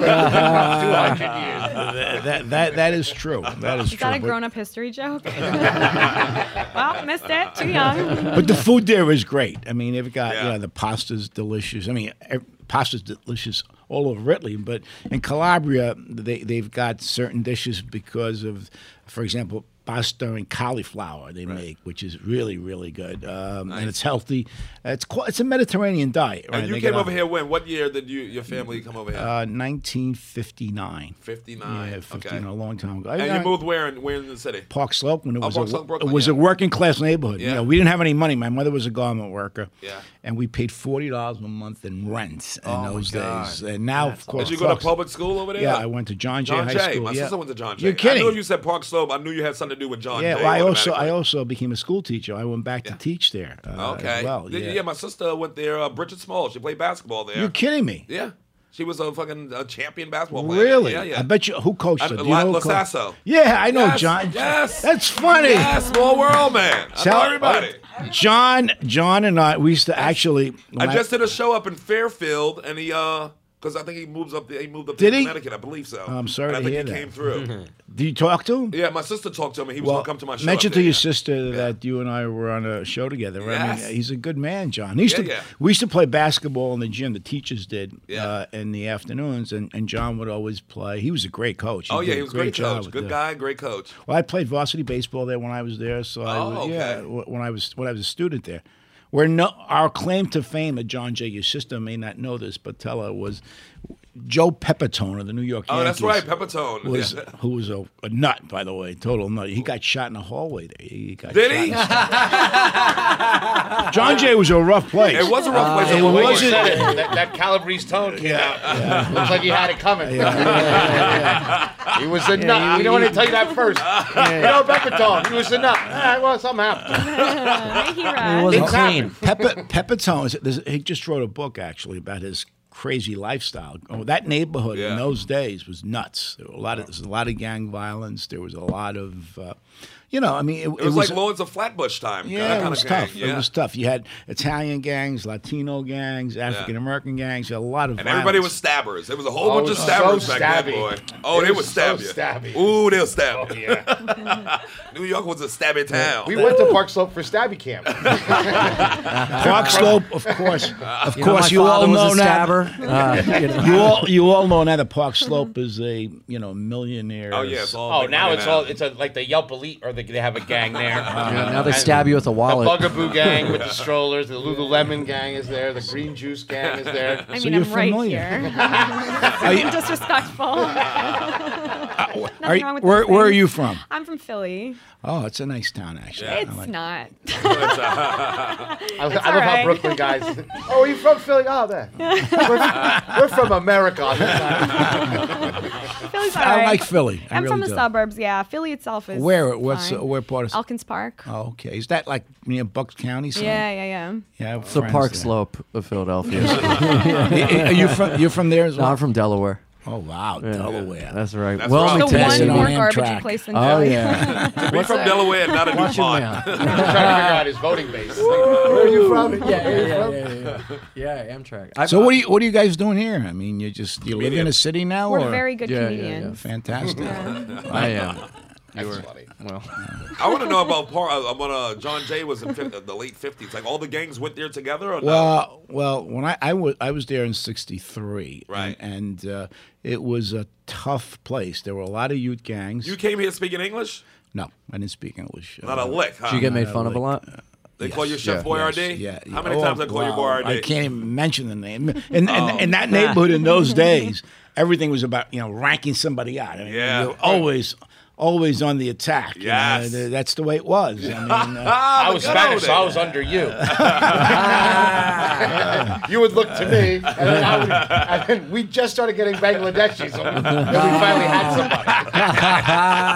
Speaker 4: years.
Speaker 8: that, that that
Speaker 2: (laughs)
Speaker 8: is true. That is
Speaker 7: Is
Speaker 8: true.
Speaker 7: that a
Speaker 8: but-
Speaker 7: grown-up history joke? well, missed it. Too young. Uh,
Speaker 8: But the food there is great. I mean, they've got
Speaker 2: Yeah.
Speaker 8: you know the pasta's delicious. I mean, ev- pasta's delicious all over Italy, but in Calabria they they've got certain dishes because of, for example. Pasta and cauliflower they make, which is really really good, um, and it's healthy. It's quite, it's a Mediterranean diet. Right?
Speaker 2: And you
Speaker 8: They
Speaker 2: came
Speaker 8: got a-
Speaker 2: over here when? What year did you your family come over here?
Speaker 8: Uh, 1959.
Speaker 2: 59.
Speaker 8: Yeah, 15,
Speaker 2: okay.
Speaker 8: a long time ago.
Speaker 2: And
Speaker 8: I-
Speaker 2: you moved where in, where in the city?
Speaker 8: Park Slope when it was,
Speaker 2: Oh, Park
Speaker 8: a,
Speaker 2: Slope, Brooklyn,
Speaker 8: it was
Speaker 2: yeah.
Speaker 8: a working class neighborhood. You
Speaker 2: Yeah.
Speaker 8: know, we didn't have any money. My mother was a garment worker.
Speaker 2: Yeah. Oh,
Speaker 8: And we paid forty dollars a month in rent in those days. And now, of course,
Speaker 2: Did you go to
Speaker 8: Park-
Speaker 2: public school over there?
Speaker 8: Yeah, I went to John Jay
Speaker 2: John
Speaker 8: High
Speaker 2: Jay.
Speaker 8: School.
Speaker 2: My
Speaker 8: yeah.
Speaker 2: sister went to John Jay.
Speaker 8: You're kidding?
Speaker 2: I knew you said Park Slope. I knew you had something to do with John
Speaker 8: yeah,
Speaker 2: Jay.
Speaker 8: well, I also I
Speaker 2: automatically.
Speaker 8: also became a school teacher. I went back to teach there. Uh,
Speaker 2: Okay.
Speaker 8: As well,
Speaker 2: yeah.
Speaker 8: yeah.
Speaker 2: my sister went there. Uh, Bridget Small. She played basketball there.
Speaker 8: You're kidding me?
Speaker 2: Yeah. She was a fucking uh champion basketball player.
Speaker 8: Really?
Speaker 2: Yeah, yeah.
Speaker 8: I bet you who coached
Speaker 2: I-
Speaker 8: her? Do you
Speaker 2: La-
Speaker 8: know who
Speaker 2: La
Speaker 8: coached-
Speaker 2: Sasso.
Speaker 8: Yeah, I know
Speaker 2: Yes,
Speaker 8: John.
Speaker 2: yes.
Speaker 8: That's funny.
Speaker 2: Yeah, small world, man. I know
Speaker 8: Sal-
Speaker 2: everybody.
Speaker 8: John, John, and I we used to actually.
Speaker 2: I just did a show up in Fairfield, and he uh, because I think he moves up. He moved up
Speaker 8: Did
Speaker 2: to
Speaker 8: he? Oh,
Speaker 2: Connecticut, I believe so.
Speaker 8: I'm sorry
Speaker 2: And I
Speaker 8: to
Speaker 2: think
Speaker 8: hear
Speaker 2: he
Speaker 8: that.
Speaker 2: came through.
Speaker 8: Do you talk to him?
Speaker 2: yeah, my sister talked to him, and he was
Speaker 8: Well,
Speaker 2: gonna come to my show.
Speaker 8: mention
Speaker 2: up
Speaker 8: to
Speaker 2: there,
Speaker 8: your
Speaker 2: yeah.
Speaker 8: sister that you and I were on a show together. right? I
Speaker 2: Yes.
Speaker 8: mean, he's a good man, John. He used
Speaker 2: Yeah,
Speaker 8: to,
Speaker 2: yeah.
Speaker 8: We used to play basketball in the gym. The teachers did
Speaker 2: Yeah.
Speaker 8: uh, in the afternoons, and, and John would always play. He was a great coach.
Speaker 2: Oh
Speaker 8: did
Speaker 2: yeah, he was a great,
Speaker 8: job
Speaker 2: coach.
Speaker 8: with
Speaker 2: Good
Speaker 8: the-
Speaker 2: guy, great coach.
Speaker 8: Well, I played varsity baseball there when I was there. So I
Speaker 2: Oh,
Speaker 8: was,
Speaker 2: okay.
Speaker 8: yeah, wh- when I was when I was a student there. Where no, our claim to fame at John Jay, your sister may not know this, but tell her was Joe Pepitone of the New York
Speaker 2: Oh, that's
Speaker 8: Yankees
Speaker 2: right, Pepitone.
Speaker 8: was
Speaker 2: Yeah.
Speaker 8: who was a, a nut, by the way, total nut. He got shot in the hallway there. He got
Speaker 2: Did
Speaker 8: shot
Speaker 2: he?
Speaker 8: in the- John Jay was a rough place.
Speaker 2: It was a rough place.
Speaker 8: it
Speaker 2: at one
Speaker 4: When
Speaker 2: point.
Speaker 4: you said it, that, that Calabrese tone came out. Looks like he had it coming. He was a nut. we don't want to tell you that first. You know, Pepitone, he was a nut. All right, well, something happened.
Speaker 7: My
Speaker 6: It
Speaker 7: hero.
Speaker 6: wasn't
Speaker 4: It's
Speaker 6: clean.
Speaker 8: Pepper, Pepitone. is- there's- He just wrote a book actually about his crazy lifestyle. Oh, that neighborhood
Speaker 2: Yeah.
Speaker 8: in those days was nuts. There were a lot of there was a lot of gang violence. There was a lot of, uh, you know, I mean, it,
Speaker 2: It was like Lords of Flatbush time.
Speaker 8: Yeah,
Speaker 2: that
Speaker 8: it
Speaker 2: kinda
Speaker 8: was
Speaker 2: gang,
Speaker 8: tough.
Speaker 2: Yeah.
Speaker 8: It was tough. You had Italian gangs, Latino gangs, African American gangs. You had a lot of
Speaker 2: And everybody
Speaker 8: violence.
Speaker 2: was stabbers. There was a whole
Speaker 4: Oh,
Speaker 2: bunch of
Speaker 4: it was
Speaker 2: stabbers
Speaker 4: so
Speaker 2: back then, boy.
Speaker 4: stabby.
Speaker 2: Oh,
Speaker 4: It
Speaker 2: they would
Speaker 4: was
Speaker 2: stab
Speaker 4: so
Speaker 2: you.
Speaker 4: stabby.
Speaker 2: Ooh, they'll stab you.
Speaker 4: Yeah.
Speaker 2: (laughs) New York was a stabby town.
Speaker 4: We went to Park Slope for stabby camp.
Speaker 8: Park Slope, of
Speaker 6: (laughs)
Speaker 8: course, of
Speaker 6: You know,
Speaker 8: course,
Speaker 6: my
Speaker 8: you all
Speaker 6: father
Speaker 8: know
Speaker 6: was a
Speaker 8: now.
Speaker 6: stabber. Mm-hmm. Uh, (laughs) you know.
Speaker 8: you all you all know now that Park Slope is a you know millionaire.
Speaker 2: oh yeah, it's all
Speaker 4: Oh,
Speaker 2: big
Speaker 4: now
Speaker 2: money
Speaker 4: it's all it's a, like the Yelp elite or they, they have a gang there.
Speaker 6: (laughs) now they stab you with a
Speaker 4: The
Speaker 6: wallet.
Speaker 4: Bugaboo gang with the strollers, the Lululemon gang is there, the Green Juice gang is there.
Speaker 7: I mean,
Speaker 8: you're
Speaker 7: I'm
Speaker 8: familiar.
Speaker 7: right here. (laughs) I'm disrespectful. (laughs)
Speaker 8: Are you-
Speaker 7: wrong with
Speaker 8: where,
Speaker 7: those
Speaker 8: where are
Speaker 7: things.
Speaker 8: you from?
Speaker 7: I'm from Philly.
Speaker 8: Oh, it's a nice town, actually. I
Speaker 7: It's
Speaker 2: (laughs)
Speaker 8: like-
Speaker 7: not.
Speaker 4: I, I love how
Speaker 7: alright.
Speaker 2: (laughs)
Speaker 4: Brooklyn guys. Oh, are you from Philly? Oh, there. We're, we're from America. on this side.
Speaker 7: Philly's all
Speaker 8: I
Speaker 7: right.
Speaker 8: like Philly. I
Speaker 7: I'm
Speaker 8: really
Speaker 7: from the
Speaker 8: do.
Speaker 7: suburbs. Yeah, Philly itself is.
Speaker 8: Where? What's
Speaker 7: fine.
Speaker 8: uh, where part of?
Speaker 7: Elkins Park?
Speaker 8: Oh, okay. Is that like near Bucks County? somewhere?
Speaker 7: yeah, yeah, yeah.
Speaker 8: Yeah. I have
Speaker 6: It's the
Speaker 8: friends
Speaker 6: Park
Speaker 8: there.
Speaker 6: Slope of (laughs) Philadelphia.
Speaker 8: I- I- Are you from? You're from there as
Speaker 6: no,
Speaker 8: well?
Speaker 6: I'm from Delaware.
Speaker 8: Oh wow, Delaware.
Speaker 6: That's right.
Speaker 2: That's
Speaker 6: well,
Speaker 2: wrong.
Speaker 7: The
Speaker 2: Texas
Speaker 7: one
Speaker 8: on
Speaker 7: (laughs) more
Speaker 8: Amtrak.
Speaker 7: garbage place in
Speaker 6: Oh
Speaker 7: Philly.
Speaker 6: yeah.
Speaker 2: We're from Delaware, not a new
Speaker 6: Watching me
Speaker 2: pond.
Speaker 6: out.
Speaker 4: I'm trying to figure out his voting base. Where are you from?
Speaker 6: yeah, yeah, yeah, yeah, (laughs) yeah. Yeah, Amtrak. I,
Speaker 8: So what are you what are you guys doing here? I mean, you just you live in a
Speaker 2: Comedian.
Speaker 8: city now,
Speaker 7: We're
Speaker 8: or
Speaker 7: very good
Speaker 6: Yeah, yeah, yeah.
Speaker 7: comedians.
Speaker 8: fantastic.
Speaker 6: I am.
Speaker 4: That's funny.
Speaker 6: Well,
Speaker 2: (laughs) I want to know about par. uh, When uh, John Jay was in fif- the late fifties, like all the gangs went there together. Or no?
Speaker 8: Well, well, when I I was I was there in '63,
Speaker 2: Right.
Speaker 8: and, and, uh, it was a tough place. There were a lot of youth gangs.
Speaker 2: you came here speaking English,
Speaker 8: no, I didn't speak English. uh,
Speaker 2: not a lick. Huh?
Speaker 6: do you get made fun of a lot?
Speaker 2: They call you Chef
Speaker 8: Yeah,
Speaker 2: Boyardee.
Speaker 8: yes, yeah,
Speaker 2: How many
Speaker 8: yeah.
Speaker 2: times
Speaker 8: Oh,
Speaker 2: I call you
Speaker 8: wow.
Speaker 2: Boyardee? Oh.
Speaker 8: I can't even mention the name. In, in, in that neighborhood in those days, everything was about you know ranking somebody out. I mean,
Speaker 2: Yeah.
Speaker 8: you were always, always on the attack. you know.
Speaker 2: Yes.
Speaker 8: Th- that's the way it was. I
Speaker 2: (laughs)
Speaker 8: mean, uh,
Speaker 2: Ah,
Speaker 4: I
Speaker 2: look
Speaker 4: was
Speaker 2: at
Speaker 4: Spanish, so
Speaker 2: all
Speaker 4: I
Speaker 2: that.
Speaker 4: was under you. (laughs) you would look to me, and then I would. And then we just started getting Bangladeshis, so we finally had (laughs) somebody.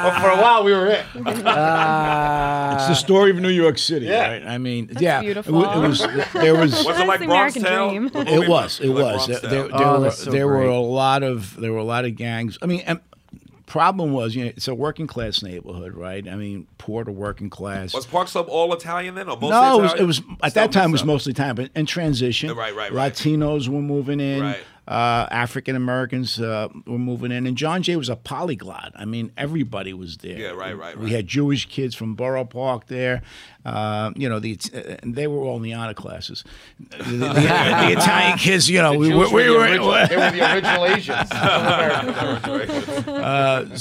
Speaker 4: but for a while, we were it.
Speaker 8: it's the story of New York City,
Speaker 4: Yeah.
Speaker 8: right? I mean, yeah, it
Speaker 7: beautiful.
Speaker 8: wa- It, was there was.
Speaker 2: Was it
Speaker 7: That's
Speaker 2: like
Speaker 7: the
Speaker 2: Bronx
Speaker 7: American
Speaker 2: Tale?
Speaker 7: dream.
Speaker 2: The
Speaker 7: It
Speaker 2: movie
Speaker 8: It was. It
Speaker 2: like
Speaker 8: was.
Speaker 2: Bronx Tale.
Speaker 8: There, there,
Speaker 6: Oh,
Speaker 8: there were,
Speaker 6: that's so
Speaker 8: there were
Speaker 6: great.
Speaker 8: a lot of there were a lot of gangs. I mean, and problem was, you know, it's a working class neighborhood, right? I mean, poor to working class.
Speaker 2: Was Park Slope all Italian then, or mostly
Speaker 8: no, it was,
Speaker 2: Italian?
Speaker 8: it was at
Speaker 2: Still
Speaker 8: that time it was
Speaker 2: mixed up.
Speaker 8: mostly time, but in transition,
Speaker 2: Right, right, right.
Speaker 8: Latinos were moving in,
Speaker 2: Right.
Speaker 8: uh, African Americans uh, were moving in, and John Jay was a polyglot. I mean, everybody was there.
Speaker 2: Yeah, right, right,
Speaker 8: We
Speaker 2: right.
Speaker 8: had Jewish kids from Borough Park there. Uh, you know, the uh, they were all in the honor classes. The, the- the-
Speaker 2: (laughs)
Speaker 8: the Italian kids, you know, we,
Speaker 4: Jews
Speaker 8: were we
Speaker 4: the
Speaker 8: were.
Speaker 4: original- they were the original Asians.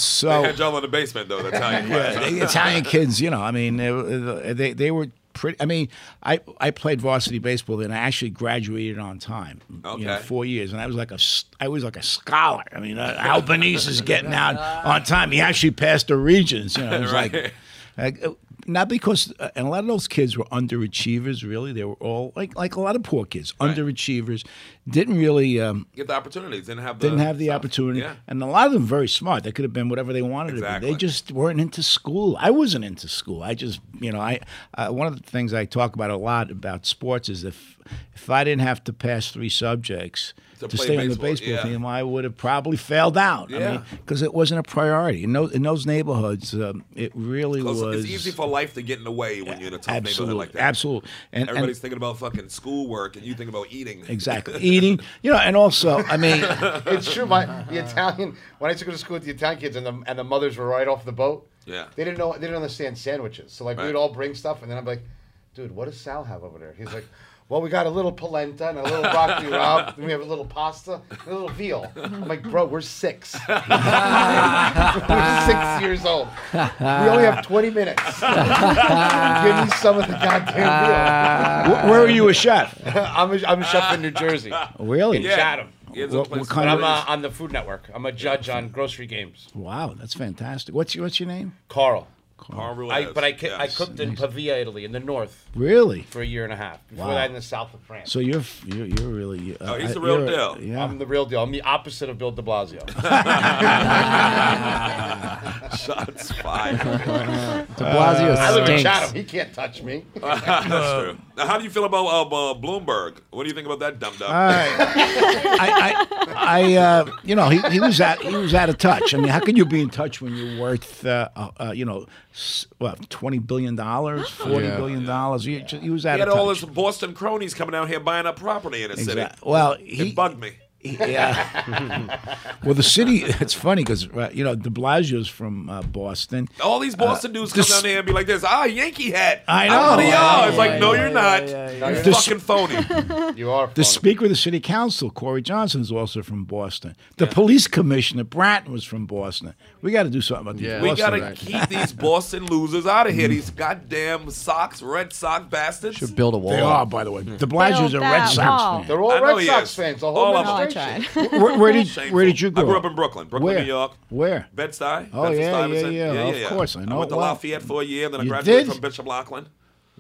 Speaker 8: (laughs) so
Speaker 2: Had y'all in the basement though, the Italian class.
Speaker 8: Yeah, the Italian kids, you know, I mean, they, they, they were pretty. I mean, I, I played varsity baseball and I actually graduated on time. You know,
Speaker 2: Okay.
Speaker 8: four years, and I was like a s- I was like a scholar. I mean, uh, Albanese is getting out on time. He actually passed the regions. You know, it was like. Like, uh, not because, uh, and a lot of those kids were underachievers. Really, they were all like like a lot of poor kids, underachievers. Didn't really um,
Speaker 2: Get the opportunities. Didn't have the
Speaker 8: didn't have the
Speaker 2: stuff.
Speaker 8: opportunity.
Speaker 2: Yeah.
Speaker 8: And a lot of them very smart. They could have been whatever they wanted to
Speaker 2: Exactly.
Speaker 8: be. They just weren't into school. I wasn't into school. I just, you know, I uh, one of the things I talk about a lot about sports is if if I didn't have to pass three subjects
Speaker 2: To
Speaker 8: to,
Speaker 2: play
Speaker 8: stay on the
Speaker 2: baseball,
Speaker 8: baseball
Speaker 2: yeah.
Speaker 8: team, I would have probably failed out. I
Speaker 2: Yeah.
Speaker 8: mean, because it wasn't a priority. In those, in those neighborhoods, um, it really
Speaker 2: Close-
Speaker 8: was
Speaker 2: It's easy for life to get in the way when you're in a tough
Speaker 8: absolutely,
Speaker 2: neighborhood like that.
Speaker 8: absolutely. And, and-
Speaker 2: Everybody's thinking about fucking schoolwork, and you think about eating.
Speaker 8: exactly eating, you know, and also, I
Speaker 2: (laughs)
Speaker 8: mean.
Speaker 4: It's true. My the Italian when I used to go to school with the Italian kids and the and the mothers were right off the boat.
Speaker 2: Yeah.
Speaker 4: They didn't know they didn't understand sandwiches. So like
Speaker 2: Right.
Speaker 4: we'd all bring stuff and then I'm like, dude, what does Sal have over there? He's like, Well, we got a little polenta and a little broccoli
Speaker 2: (laughs)
Speaker 4: rob, and we have a little pasta and a little veal. I'm like, bro,
Speaker 2: (laughs)
Speaker 4: we're six. we're six years old. We only have twenty minutes. Give me some of the
Speaker 8: (laughs)
Speaker 4: goddamn
Speaker 8: wh- Where are you a chef?
Speaker 4: veal. I'm a, I'm a chef in
Speaker 2: (laughs)
Speaker 4: New Jersey.
Speaker 8: Really?
Speaker 2: Yeah.
Speaker 4: Chatham.
Speaker 2: It's a
Speaker 8: What-
Speaker 2: place
Speaker 8: what
Speaker 2: to
Speaker 8: kind
Speaker 4: But
Speaker 8: of-
Speaker 4: I'm uh, on the Food Network. I'm a judge on grocery games.
Speaker 8: Wow, that's fantastic. What's your, what's your name?
Speaker 4: Carl.
Speaker 2: Carl
Speaker 4: I,
Speaker 2: Ruiz,
Speaker 4: but I, ca- I
Speaker 2: yes.
Speaker 4: cooked in Pavia, Italy, in the north
Speaker 8: Really?
Speaker 4: for a year and a half. Before
Speaker 8: Wow.
Speaker 4: that, in the south of France.
Speaker 8: So you're f- you're, you're really you- uh,
Speaker 2: Oh, he's the
Speaker 8: I-
Speaker 2: real
Speaker 8: you're-
Speaker 2: deal.
Speaker 8: Yeah.
Speaker 4: I'm the real deal. I'm the opposite of Bill de
Speaker 8: (laughs)
Speaker 4: Blasio.
Speaker 2: (laughs) Shots
Speaker 4: (laughs)
Speaker 2: fired.
Speaker 6: De Blasio
Speaker 4: I live in
Speaker 6: stinks.
Speaker 4: Chatham. He can't
Speaker 2: (laughs)
Speaker 4: touch me.
Speaker 2: That's true. Now, how do you feel about uh, uh, Bloomberg? What do you think about that dumb dumb?
Speaker 8: I, I, I uh, you know, he, he was out he was out of touch. I mean, how can you be in touch when you're worth, uh, uh, uh, you know, s- what twenty billion dollars, forty
Speaker 6: Yeah.
Speaker 8: billion dollars? He, ju- he was out
Speaker 2: he had
Speaker 8: of
Speaker 2: all
Speaker 8: touch.
Speaker 2: his Boston cronies coming down here buying up property in the
Speaker 8: Exact-
Speaker 2: city.
Speaker 8: Well, he
Speaker 2: it bugged me.
Speaker 8: Yeah.
Speaker 2: (laughs)
Speaker 8: well, the city. It's funny because uh, you know De Blasio's from uh, Boston.
Speaker 2: All these Boston dudes come
Speaker 8: dis-
Speaker 2: down there and be like this, ah, Yankee hat.
Speaker 8: Uh, I
Speaker 2: I'm one of
Speaker 8: know.
Speaker 2: y'all.
Speaker 8: Yeah,
Speaker 2: it's like,
Speaker 8: yeah,
Speaker 2: no,
Speaker 8: yeah,
Speaker 2: you're not. You're
Speaker 8: Dis-
Speaker 2: fucking
Speaker 8: (laughs)
Speaker 2: phony.
Speaker 4: You are.
Speaker 8: The
Speaker 4: funny.
Speaker 8: Speaker of the City Council, Corey Johnson, is also from Boston. The Police Commissioner Bratton was from Boston. We got to do something about these.
Speaker 6: Yeah.
Speaker 2: We
Speaker 8: Boston
Speaker 2: gotta
Speaker 8: guys.
Speaker 2: keep these Boston losers out of here. These goddamn socks, Red Sox bastards.
Speaker 6: Should build a wall.
Speaker 8: They are, by the way. De Blasio's a Red
Speaker 7: Build that wall.
Speaker 8: Sox fan.
Speaker 4: They're all
Speaker 2: I know
Speaker 4: Red
Speaker 2: he
Speaker 4: Sox
Speaker 2: is.
Speaker 4: fans. The
Speaker 2: All
Speaker 4: whole
Speaker 2: of them.
Speaker 4: administration.
Speaker 7: Oh, I tried. (laughs)
Speaker 8: Where, where did
Speaker 2: Shameful.
Speaker 8: where did you grow?
Speaker 2: I grew up in Brooklyn, Brooklyn,
Speaker 8: Where?
Speaker 2: New York.
Speaker 8: Where?
Speaker 2: Bed Stuy.
Speaker 8: Oh, yeah, yeah, yeah. Of course, I know
Speaker 2: I went to
Speaker 8: it well.
Speaker 2: Lafayette for a year, then I
Speaker 8: You
Speaker 2: graduated
Speaker 8: did?
Speaker 2: from Bishop Lachlan.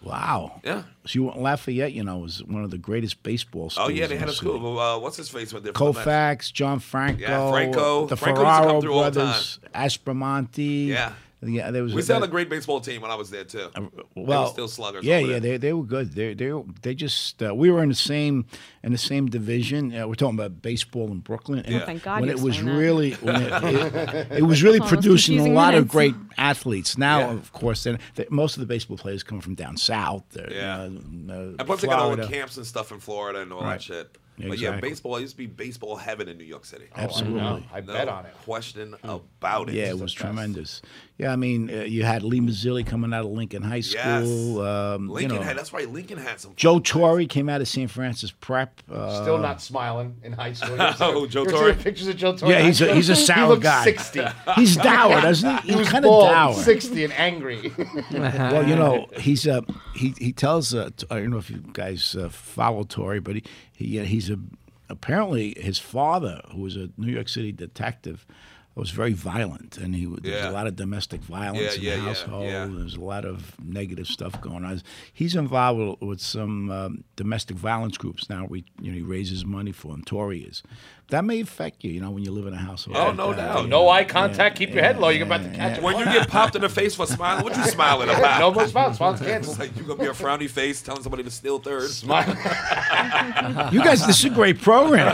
Speaker 8: Wow.
Speaker 2: Yeah.
Speaker 8: So you went Lafayette, you know, was one of the greatest baseball schools.
Speaker 2: Oh yeah, they
Speaker 8: in
Speaker 2: had
Speaker 8: the
Speaker 2: a
Speaker 8: city.
Speaker 2: school. Uh, what's his face went there? for the Mets?
Speaker 8: Koufax, John Franco,
Speaker 2: Yeah, Franco.
Speaker 8: the
Speaker 2: Franco used to come
Speaker 8: Ferraro
Speaker 2: through all the
Speaker 8: brothers, Aspromonte.
Speaker 2: Yeah.
Speaker 8: yeah, there was.
Speaker 2: We sound a great baseball team when I was there too.
Speaker 8: Uh, well,
Speaker 2: still sluggers
Speaker 8: Yeah,
Speaker 2: over
Speaker 8: yeah,
Speaker 2: there.
Speaker 8: they, they were good. They they were- they just uh, we were in the same in the same division. Uh, we're talking about baseball in Brooklyn. And
Speaker 2: Yeah.
Speaker 7: Oh, Thank God
Speaker 8: when
Speaker 7: you
Speaker 8: it was
Speaker 7: explained that. (laughs)
Speaker 8: really when it, it, it was really
Speaker 7: All those
Speaker 8: producing a
Speaker 7: confusing
Speaker 8: lot of
Speaker 7: minutes.
Speaker 8: great athletes. Now,
Speaker 2: Yeah.
Speaker 8: of course, then the- most of the baseball players come from down south. They're,
Speaker 2: Yeah.
Speaker 8: uh, uh,
Speaker 2: And plus, they got all the
Speaker 8: Florida.
Speaker 2: camps and stuff in Florida and all that
Speaker 8: Right.
Speaker 2: shit.
Speaker 8: Yeah,
Speaker 2: But yeah,
Speaker 8: exactly. Oh,
Speaker 2: baseball. It used to be baseball heaven in New York City. Oh,
Speaker 8: Absolutely.
Speaker 4: I
Speaker 2: No
Speaker 4: bet on it.
Speaker 2: Question about it.
Speaker 8: Hmm. Yeah, it was tremendous. Yeah, I mean, uh, you had Lee Mazzilli coming out of Lincoln High
Speaker 2: Yes.
Speaker 8: School. Um, you
Speaker 2: Lincoln
Speaker 8: know,
Speaker 2: had. That's right. Lincoln had some.
Speaker 8: Joe Torre came out of St. Francis Prep. Uh,
Speaker 4: Still not smiling in
Speaker 2: (laughs)
Speaker 4: high school.
Speaker 2: Oh, Joe
Speaker 4: You're
Speaker 2: Torre.
Speaker 4: seeing pictures of Joe Torre.
Speaker 8: Oh, yeah, he's a, he's a
Speaker 4: He
Speaker 8: sour
Speaker 4: looked
Speaker 8: guy.
Speaker 4: 60.
Speaker 8: (laughs) He's dour, doesn't he?
Speaker 4: (laughs) He
Speaker 8: He's
Speaker 4: was
Speaker 8: kind of
Speaker 4: bald,
Speaker 8: dour.
Speaker 4: 60 and angry. (laughs)
Speaker 8: Well, you know, he's uh, he he tells uh, t- I don't know if you guys uh, follow Tory, but he, he uh, he's a apparently his father, who was a New York City detective, was very violent, and he w- there was
Speaker 2: Yeah.
Speaker 8: a lot of domestic violence
Speaker 2: Yeah,
Speaker 8: in
Speaker 2: yeah,
Speaker 8: the
Speaker 2: yeah,
Speaker 8: household.
Speaker 2: yeah.
Speaker 8: There's a lot of negative stuff going on. He's involved with, with some um, domestic violence groups now. We you know he raises money for them. Tory is. That may affect you, you know, when you live in a
Speaker 2: (laughs)
Speaker 8: household.
Speaker 2: Oh,
Speaker 8: like
Speaker 2: no
Speaker 8: that,
Speaker 2: doubt.
Speaker 8: you
Speaker 2: No
Speaker 8: know.
Speaker 4: eye contact. Keep your head low. You're about to catch
Speaker 2: When you get popped in the face for smiling, what you smiling about?
Speaker 4: No more smiles. Smiles
Speaker 2: It's
Speaker 4: canceled.
Speaker 2: like you gonna be a frowny face telling somebody to steal third.
Speaker 4: Smile.
Speaker 8: You guys, this is
Speaker 2: (laughs)
Speaker 8: a great program.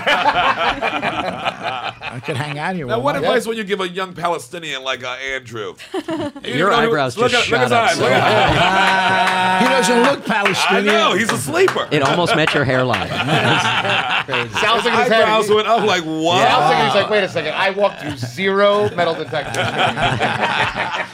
Speaker 8: I could hang out here.
Speaker 2: Now,
Speaker 8: all
Speaker 2: what
Speaker 8: night.
Speaker 2: advice would you give a young Palestinian like uh, Andrew? You don't
Speaker 5: Your
Speaker 2: know who-
Speaker 5: eyebrows
Speaker 2: look at,
Speaker 5: just
Speaker 2: look at his
Speaker 5: shot up
Speaker 2: eyes. Look at
Speaker 8: He doesn't look (laughs)
Speaker 2: I
Speaker 8: Palestinian.
Speaker 2: know he's a sleeper. (laughs)
Speaker 5: It almost met your hairline.
Speaker 4: Sounds like his head.
Speaker 2: eyebrows went up like what?
Speaker 4: Sounds like he's like, wait a second. I walked through zero metal detectors.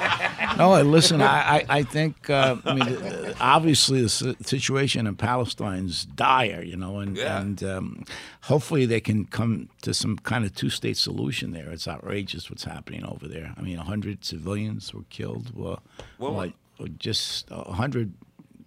Speaker 4: (laughs)
Speaker 8: No, and listen, I, I, I think, uh, I mean, uh, obviously the si- situation in Palestine's dire, you know, and,
Speaker 2: Yeah.
Speaker 8: and um, hopefully they can come to some kind of two state solution there. It's outrageous what's happening over there. I mean, 100 civilians were killed, or,
Speaker 2: Well-
Speaker 8: like, or just 100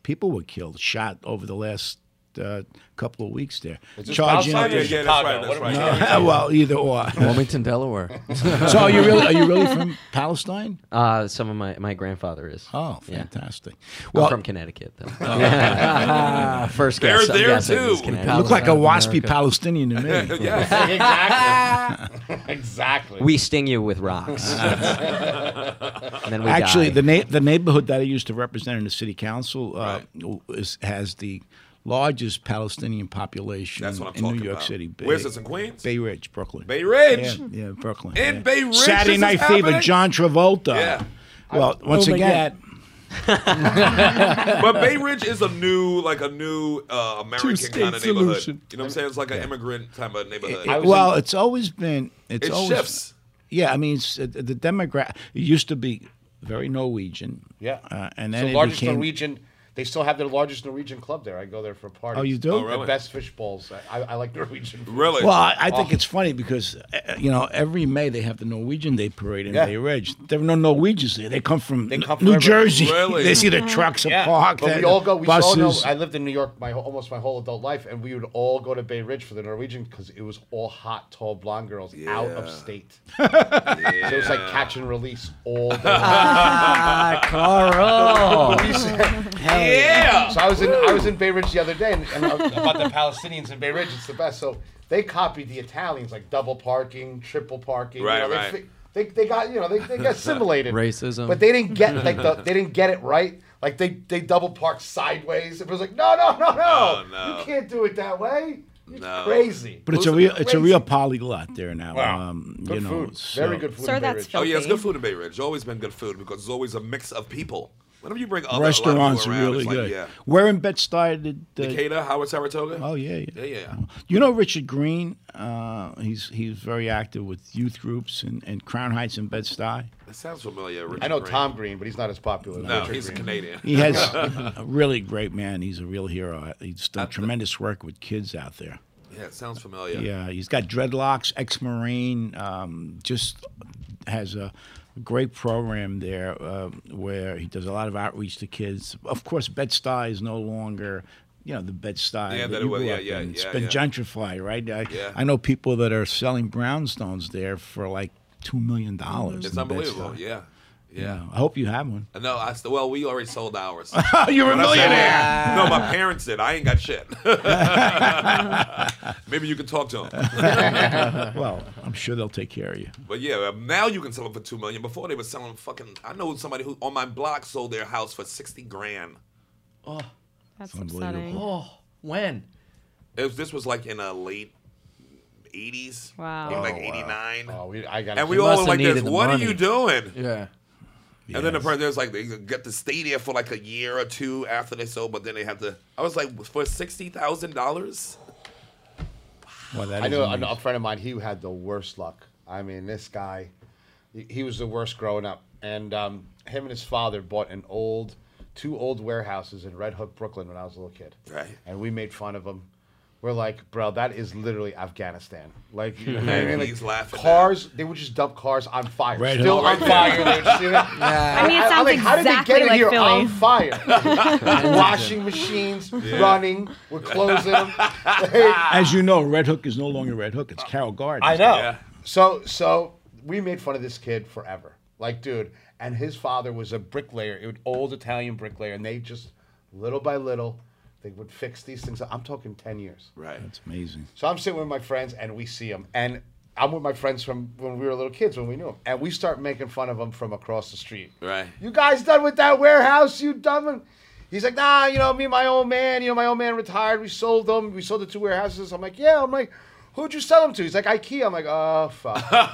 Speaker 8: people were killed, shot over the last uh, couple of weeks there. Charging.
Speaker 2: Yeah,
Speaker 4: Palestine
Speaker 2: yeah, yeah,
Speaker 4: or
Speaker 2: that's
Speaker 4: Chicago?
Speaker 2: right. That's
Speaker 4: What
Speaker 2: right.
Speaker 4: am
Speaker 2: (laughs)
Speaker 4: I-
Speaker 8: well, either or.
Speaker 6: Wilmington, Delaware.
Speaker 8: (laughs) so are you really are you really from Palestine?
Speaker 5: Uh, some of my my grandfather is.
Speaker 8: Oh,
Speaker 5: Yeah.
Speaker 8: fantastic!
Speaker 5: I'm
Speaker 8: Well,
Speaker 5: from Connecticut, though.
Speaker 6: Oh.
Speaker 5: (laughs) First
Speaker 2: They're
Speaker 5: guess. I'm
Speaker 2: there,
Speaker 5: guessing
Speaker 2: too.
Speaker 5: it was Connecticut.
Speaker 8: You look like a waspy
Speaker 6: America.
Speaker 8: Palestinian to me. (laughs)
Speaker 2: yeah.
Speaker 4: exactly. (laughs) exactly.
Speaker 5: We sting you with
Speaker 6: (laughs)
Speaker 5: rocks. and then we
Speaker 8: Actually, the
Speaker 5: die.
Speaker 8: na- the neighborhood that I used to represent in the city council uh, is, has the largest Palestinian population
Speaker 2: That's what I'm
Speaker 8: in
Speaker 2: talking
Speaker 8: New York
Speaker 2: about.
Speaker 8: City. Bay-
Speaker 2: Where's this in Queens?
Speaker 8: Bay Ridge, Brooklyn.
Speaker 2: Bay Ridge.
Speaker 8: Yeah, yeah, Brooklyn.
Speaker 2: In
Speaker 8: yeah.
Speaker 2: Bay Ridge, this
Speaker 8: Saturday
Speaker 2: is
Speaker 8: Night Fever,
Speaker 2: happening?
Speaker 8: John Travolta.
Speaker 2: Yeah.
Speaker 8: Well, once again,
Speaker 2: But Bay Ridge is a new, like a new uh, American
Speaker 8: Two-state
Speaker 2: kind of neighborhood.
Speaker 8: solution.
Speaker 2: You know what I'm saying? It's like an immigrant type of neighborhood.
Speaker 8: it- well, it's always been. It's
Speaker 2: it
Speaker 8: always,
Speaker 2: shifts.
Speaker 8: Yeah, I mean, it's, uh, the demographic it used to be very Norwegian.
Speaker 4: Yeah.
Speaker 8: uh, and
Speaker 4: It's
Speaker 8: then
Speaker 4: the
Speaker 8: it
Speaker 4: largest
Speaker 8: became.
Speaker 4: Norwegian. They still have their largest Norwegian club there. I go there for parties.
Speaker 8: Oh, you do?
Speaker 2: Oh, really?
Speaker 4: The best fish balls. I, I, I like Norwegian. food.
Speaker 2: Really?
Speaker 8: Well, I, I think it's funny because uh, you know every May they have the Norwegian Day parade in
Speaker 4: Yeah.
Speaker 8: Bay Ridge. There are no Norwegians there. They come from,
Speaker 4: They come
Speaker 8: New
Speaker 4: from everywhere.
Speaker 8: Jersey.
Speaker 2: Really?
Speaker 8: they see the trucks
Speaker 4: Yeah,
Speaker 8: parked.
Speaker 4: but
Speaker 8: uh,
Speaker 4: we all go. We all know.
Speaker 8: buses.
Speaker 4: I lived in New York my whole- almost my whole adult life, and we would all go to Bay Ridge for the Norwegian because it was all hot, tall, blonde girls out of state. So it was like catch and release all day.
Speaker 6: ah, Carl.
Speaker 4: oh,
Speaker 2: yeah.
Speaker 4: So I was in I was in Bay Ridge the other day, and, and about the Palestinians in Bay Ridge, it's the best. So they copied the Italians, like double parking, triple parking. you
Speaker 2: Right,
Speaker 4: know, they
Speaker 2: right.
Speaker 4: fi- They, they got you know they, (laughs) they got assimilated
Speaker 6: Racism.
Speaker 4: but they didn't get like the, they didn't get it right. Like they they double parked sideways. It was like no no no no,
Speaker 2: Oh, no.
Speaker 4: you can't do it that way. You're
Speaker 2: No.
Speaker 4: crazy.
Speaker 8: but it's a real, it's a real polyglot there now.
Speaker 4: Wow.
Speaker 8: Um,
Speaker 4: good
Speaker 8: you know,
Speaker 4: food,
Speaker 8: so-
Speaker 4: very good food.
Speaker 7: Sir,
Speaker 4: in Bay
Speaker 7: that's
Speaker 4: Ridge.
Speaker 2: Oh yeah, it's
Speaker 7: Filthy.
Speaker 2: good food in Bay Ridge. Always been good food because it's always a mix of people. Whenever you bring other a
Speaker 8: Restaurants are
Speaker 2: lot of people around,
Speaker 8: really
Speaker 2: it's like,
Speaker 8: good.
Speaker 2: yeah.
Speaker 8: Where in Bed-Stuy did the,
Speaker 2: Decatur, Howard, Saratoga.
Speaker 8: Oh yeah, yeah.
Speaker 2: yeah, yeah.
Speaker 8: You know Richard Green? Uh, he's he's very active with youth groups in, in Crown Heights and Bed Stuy.
Speaker 2: That sounds familiar. Richard
Speaker 4: I know
Speaker 2: Green.
Speaker 4: Tom Green, but he's not as popular. as
Speaker 2: No,
Speaker 4: Richard
Speaker 2: he's a
Speaker 4: Green.
Speaker 2: Canadian.
Speaker 8: He has a really great man. He's a real hero. He's done tremendous work with kids out there.
Speaker 2: Yeah, it sounds familiar.
Speaker 8: Yeah, he's got dreadlocks, ex-marine. Um, just has a great program there uh, where he does a lot of outreach to kids. Of course, Bed Stuy is no longer. You know the Bed Stuy.
Speaker 2: Yeah, that it
Speaker 8: you
Speaker 2: was-
Speaker 8: grew
Speaker 2: yeah,
Speaker 8: up
Speaker 2: yeah,
Speaker 8: in. It's
Speaker 2: yeah,
Speaker 8: been
Speaker 2: yeah.
Speaker 8: gentrified, right? I,
Speaker 2: Yeah.
Speaker 8: I know people that are selling brownstones there for like two million dollars.
Speaker 2: It's unbelievable. Yeah. Yeah.
Speaker 8: I hope you have one.
Speaker 2: No, I st- well, we already sold
Speaker 8: (laughs)
Speaker 2: ours.
Speaker 8: Oh, you're a
Speaker 2: When I sold
Speaker 8: millionaire.
Speaker 2: mine- No, my parents did. I ain't got
Speaker 4: (laughs)
Speaker 2: shit. Maybe you can talk to them.
Speaker 8: well, I'm sure they'll take care of you.
Speaker 2: But yeah, now you can sell them for two million. Before they were selling fucking. I know somebody who on my block sold their house for sixty grand.
Speaker 7: That's
Speaker 8: unbelievable.
Speaker 7: upsetting.
Speaker 6: Oh, when?
Speaker 2: It was, this was like in the late eighties.
Speaker 7: Wow.
Speaker 2: Maybe like eighty nine.
Speaker 4: Oh, we, I got
Speaker 2: And we all were
Speaker 6: must've
Speaker 2: like this.
Speaker 6: needed the
Speaker 2: What
Speaker 6: money."
Speaker 2: are you doing?
Speaker 6: Yeah.
Speaker 2: And then the person there's like they get to stay there for like a year or two after they sold, but then they have to. I was like, for sixty thousand dollars.
Speaker 8: Well, that
Speaker 4: I
Speaker 8: is
Speaker 4: know
Speaker 8: amazing.
Speaker 4: a, a friend of mine. He had the worst luck. I mean, this guy, he, he was the worst growing up. And um, him and his father bought an old, two old warehouses in Red Hook, Brooklyn, when I was a little kid.
Speaker 2: Right.
Speaker 4: And we made fun of him. We're like, bro, that is literally Afghanistan. Like, you
Speaker 2: (laughs)
Speaker 4: know what I mean? Like,
Speaker 2: He's laughing at
Speaker 4: Cars, they would just dump cars on fire.
Speaker 8: Red
Speaker 4: Still
Speaker 8: Hook.
Speaker 4: on fire. They
Speaker 2: (laughs)
Speaker 4: would see that.
Speaker 7: I mean, it
Speaker 4: I'm
Speaker 7: sounds
Speaker 4: like, how did they
Speaker 7: exactly
Speaker 4: get it
Speaker 7: like
Speaker 4: here
Speaker 7: Philly. (laughs)
Speaker 4: on fire?
Speaker 2: (laughs)
Speaker 4: Washing machines, running, we're closing them.
Speaker 8: As you know, Red Hook is no longer Red Hook. It's Carroll Gardens.
Speaker 4: I know.
Speaker 2: Yeah.
Speaker 4: So so we made fun of this kid forever. Like, dude, and his father was a bricklayer, an old Italian bricklayer, and they just little by little they would fix these things. I'm talking ten years.
Speaker 2: Right.
Speaker 8: It's amazing.
Speaker 4: So I'm sitting with my friends, and we see them, and I'm with my friends from when we were little kids, when we knew them, and we start making fun of them from across the street.
Speaker 2: Right.
Speaker 4: You guys done with that warehouse? You done? With... He's like, nah, you know, me and my old man, you know, my old man retired. We sold them. We sold the two warehouses. I'm like, yeah. I'm like, who'd you sell them to? He's like, IKEA. I'm like, oh (laughs) fuck. I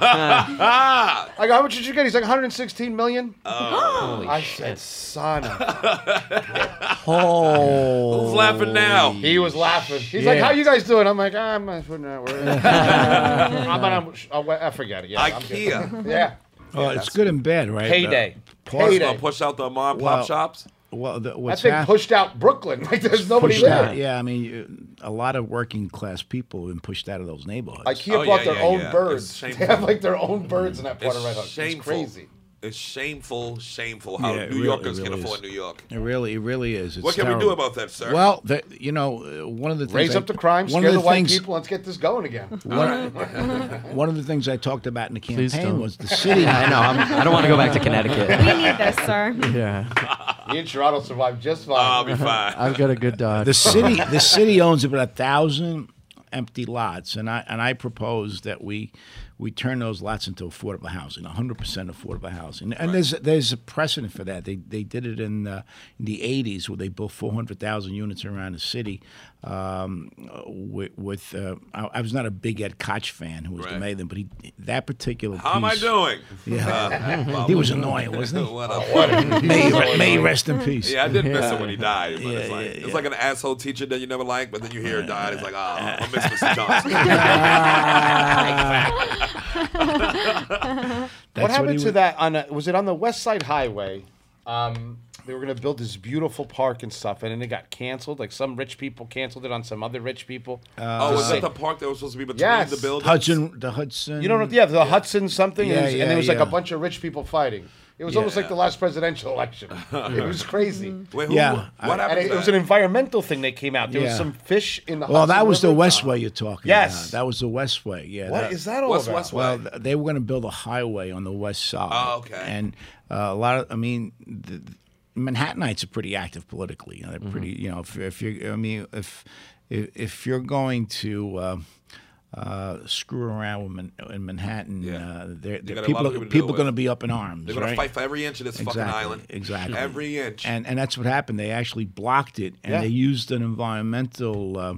Speaker 2: Ah.
Speaker 4: go, how much did you get? He's like, 116 (gasps) million. I said, son. of a-"
Speaker 6: Oh.
Speaker 2: Who's laughing now?
Speaker 4: He was laughing. He's like, how you guys doing? I'm like, ah, I'm not putting that (laughs) word. I'm not. I'm, oh, I forget it. Yeah, I'm good.
Speaker 2: IKEA.
Speaker 4: Yeah.
Speaker 8: Well, Oh, it's good and bad, right?
Speaker 4: Payday.
Speaker 8: Uh, part-
Speaker 4: Payday.
Speaker 2: Gonna push out the mom and
Speaker 8: Well,
Speaker 2: pop shops.
Speaker 8: Well, the,
Speaker 4: That
Speaker 8: what's
Speaker 4: thing
Speaker 8: hap-
Speaker 4: pushed out Brooklyn. (laughs) Like there's nobody
Speaker 8: pushed
Speaker 4: there.
Speaker 8: out. Yeah, I mean, you- a lot of working class people have been pushed out of those neighborhoods.
Speaker 4: IKEA
Speaker 2: Oh,
Speaker 4: bought
Speaker 2: yeah,
Speaker 4: their
Speaker 2: yeah,
Speaker 4: own
Speaker 2: yeah. It's
Speaker 4: birds. (laughs) They
Speaker 2: shameful.
Speaker 4: have like their own birds in that part of Red Hook.
Speaker 2: It's
Speaker 4: It's
Speaker 2: shameful.
Speaker 4: crazy.
Speaker 2: It's shameful, shameful how
Speaker 8: Yeah, it
Speaker 2: New
Speaker 8: really-
Speaker 2: Yorkers
Speaker 8: it
Speaker 2: can
Speaker 8: really
Speaker 2: afford
Speaker 8: is.
Speaker 2: New York.
Speaker 8: it really, it really is. It's
Speaker 2: What can we do
Speaker 8: terrible.
Speaker 2: about that, sir?
Speaker 8: Well, the, you know, uh, one of the things
Speaker 4: Raise
Speaker 8: I-
Speaker 4: up the crime,
Speaker 8: one
Speaker 4: scare
Speaker 8: of
Speaker 4: the,
Speaker 8: the,
Speaker 4: white
Speaker 8: things,
Speaker 4: people, let's get this going again.
Speaker 8: One, one of the things I talked about in the campaign
Speaker 6: don't.
Speaker 8: was the
Speaker 4: (laughs)
Speaker 8: city. I know.
Speaker 5: I'm, I don't want to go back to Connecticut.
Speaker 6: (laughs)
Speaker 7: We need this, sir.
Speaker 6: Yeah.
Speaker 4: Me and Gerard will survive
Speaker 2: (laughs)
Speaker 4: just
Speaker 2: I'll
Speaker 4: fine.
Speaker 2: be fine.
Speaker 6: I've got a good dodge.
Speaker 8: The city, the city owns about a thousand empty lots, and I and I propose that we we turn those lots into affordable housing, 100 percent affordable housing. And there's there's a precedent for that. They they did it in, uh, in the 80s where they built 400,000 units around the city. Um, with with uh, I, I was not a big Ed Koch fan who was the
Speaker 2: Right.
Speaker 8: mayor, then, but he that particular
Speaker 2: How am I
Speaker 8: piece-
Speaker 2: doing?
Speaker 8: (laughs) Yeah.
Speaker 2: Uh,
Speaker 8: He was
Speaker 2: (laughs)
Speaker 8: annoying, wasn't he?
Speaker 2: what
Speaker 4: Oh,
Speaker 2: a-
Speaker 8: may, he- may he rest in peace.
Speaker 2: Yeah, I did miss him when he died. But it's
Speaker 8: Yeah,
Speaker 2: like
Speaker 8: yeah,
Speaker 2: it's
Speaker 8: yeah.
Speaker 2: like an asshole teacher that you never liked, but then you hear he died. It's like, oh, I
Speaker 8: (laughs)
Speaker 2: miss Mr. Johnson.
Speaker 8: That's
Speaker 4: what
Speaker 8: he
Speaker 4: happened to
Speaker 8: was-
Speaker 4: that on a, was it on the West Side Highway? Um, they were gonna build this beautiful park and stuff, and then it got canceled. Like some rich people canceled it on some other rich people.
Speaker 2: Oh, was
Speaker 4: Just
Speaker 2: that the
Speaker 4: like-
Speaker 2: park that was supposed to be between
Speaker 4: Yes.
Speaker 2: the buildings?
Speaker 8: Hudson, the Hudson.
Speaker 4: You don't know, yeah, the Hudson something,
Speaker 8: Um, Yeah,
Speaker 4: and, it was- and
Speaker 8: yeah,
Speaker 4: there was like
Speaker 8: yeah.
Speaker 4: a bunch of rich people fighting. It was almost
Speaker 2: Yeah.
Speaker 4: like the last
Speaker 8: (laughs)
Speaker 4: presidential election. it was crazy.
Speaker 2: Wait, who,
Speaker 8: Yeah,
Speaker 2: What
Speaker 4: And
Speaker 2: happened?
Speaker 4: it,
Speaker 2: to
Speaker 4: it was
Speaker 2: that?
Speaker 4: an environmental thing that came out. There
Speaker 8: Yeah.
Speaker 4: was some fish in the
Speaker 8: Well, Oh, that
Speaker 4: Hudson
Speaker 8: was the
Speaker 4: River.
Speaker 8: Westway you're talking
Speaker 4: Yes.
Speaker 8: about. That was the Westway. Yeah.
Speaker 4: What is
Speaker 8: that-
Speaker 4: that all
Speaker 2: What's
Speaker 4: about?
Speaker 2: West
Speaker 8: Well,
Speaker 2: Way?
Speaker 8: th- they were going to build a highway on the west side.
Speaker 2: Oh, okay.
Speaker 8: And uh, a lot of, I mean, the, the Manhattanites are pretty active politically. You know, they're pretty,
Speaker 2: Mm-hmm.
Speaker 8: you know, if, if you're, I mean, if if, if you're going to uh, uh, screw around with Man, in Manhattan,
Speaker 2: Yeah.
Speaker 8: uh,
Speaker 2: got
Speaker 8: they're,
Speaker 2: a
Speaker 8: they're,
Speaker 2: lot
Speaker 8: people,
Speaker 2: of people to deal
Speaker 8: people are
Speaker 2: with.
Speaker 8: going to be up in arms.
Speaker 2: They're gonna
Speaker 8: right?
Speaker 2: fight for every inch of this fucking island.
Speaker 8: Exactly.
Speaker 2: Every inch.
Speaker 8: And and that's what happened. They actually blocked it, and
Speaker 4: Yeah.
Speaker 8: they used an environmental uh,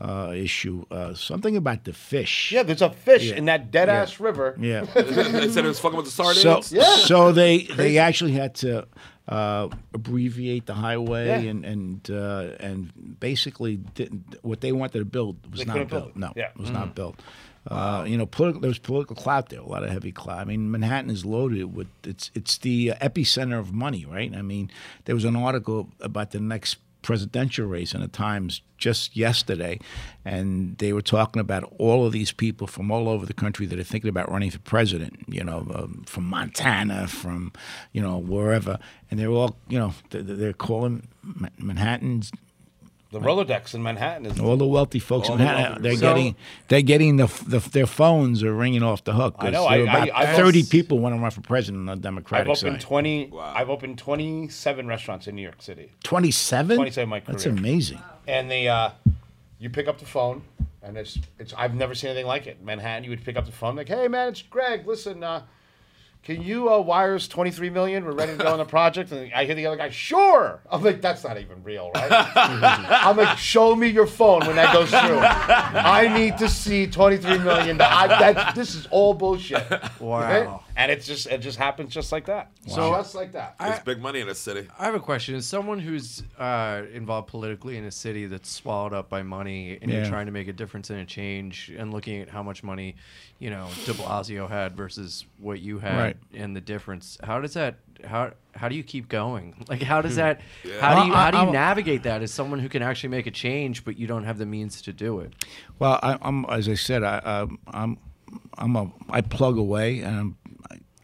Speaker 8: uh, issue. Uh, something about the fish.
Speaker 4: Yeah, there's a fish in that dead ass river. (laughs)
Speaker 8: Yeah.
Speaker 2: they said it was fucking with the sardines.
Speaker 8: So, so they they actually had to uh, abbreviate the highway
Speaker 4: Yeah.
Speaker 8: and and uh, and basically didn't, what they wanted to build was
Speaker 4: They
Speaker 8: not
Speaker 4: couldn't
Speaker 8: built.
Speaker 4: build it.
Speaker 8: No,
Speaker 4: Yeah. Mm-hmm.
Speaker 8: it was not built. Uh, you know, politi- there was political clout there, a lot of heavy clout. I mean, Manhattan is loaded with it's it's the epicenter of money, right? I mean, there was an article about the next presidential race in the Times just yesterday, and they were talking about all of these people from all over the country that are thinking about running for president. You know, um, from Montana, from you know wherever, and they're all you know they're, they're calling Ma- Manhattan's
Speaker 4: The Rolodex in Manhattan is.
Speaker 8: all the wealthy folks
Speaker 2: All
Speaker 8: in
Speaker 2: the
Speaker 8: Manhattan,
Speaker 2: wealthy
Speaker 8: they're
Speaker 2: folks.
Speaker 8: getting they're getting the, f- the their phones are ringing off the hook.
Speaker 4: I know,
Speaker 8: There were
Speaker 4: I- I-
Speaker 8: about
Speaker 4: I've
Speaker 8: thirty
Speaker 4: also-
Speaker 8: people want to run for president on the Democratic
Speaker 4: I've opened
Speaker 8: side.
Speaker 4: twenty.
Speaker 2: Wow.
Speaker 4: I've opened twenty-seven restaurants in New York City,
Speaker 8: 27?
Speaker 4: 27 my
Speaker 8: That's
Speaker 4: career.
Speaker 8: amazing.
Speaker 4: and they, uh, you pick up the phone, and it's, it's. I've never seen anything like it. Manhattan, you would pick up the phone, like, "Hey, man, it's Greg. Listen, uh, can you uh, wire us twenty-three million? We're ready to go on the project." And I hear the other guy, "Sure." I'm like, "That's not even real, right?" I'm like, "Show me your phone when that goes through. I need to see twenty-three million. I, that, this is all bullshit."
Speaker 6: Wow.
Speaker 4: Right? And it's just it just happens just like that. So just like that.
Speaker 2: it's big money in the city.
Speaker 6: I have a question. As someone who's uh, involved politically in a city that's swallowed up by money and you're
Speaker 8: Yeah.
Speaker 6: trying to make a difference and a change and looking at how much money, you know, de Blasio had versus what you had
Speaker 8: Right.
Speaker 6: and the difference, how does that how how do you keep going? (laughs) Like how does that how do
Speaker 8: Well,
Speaker 6: you
Speaker 8: Hmm. I-
Speaker 6: how do you
Speaker 8: I'm-
Speaker 6: navigate that as someone who can actually make a change but you don't have the means to do it?
Speaker 8: Well, I, I'm as I said, I, um, I'm I'm a I plug away, and I'm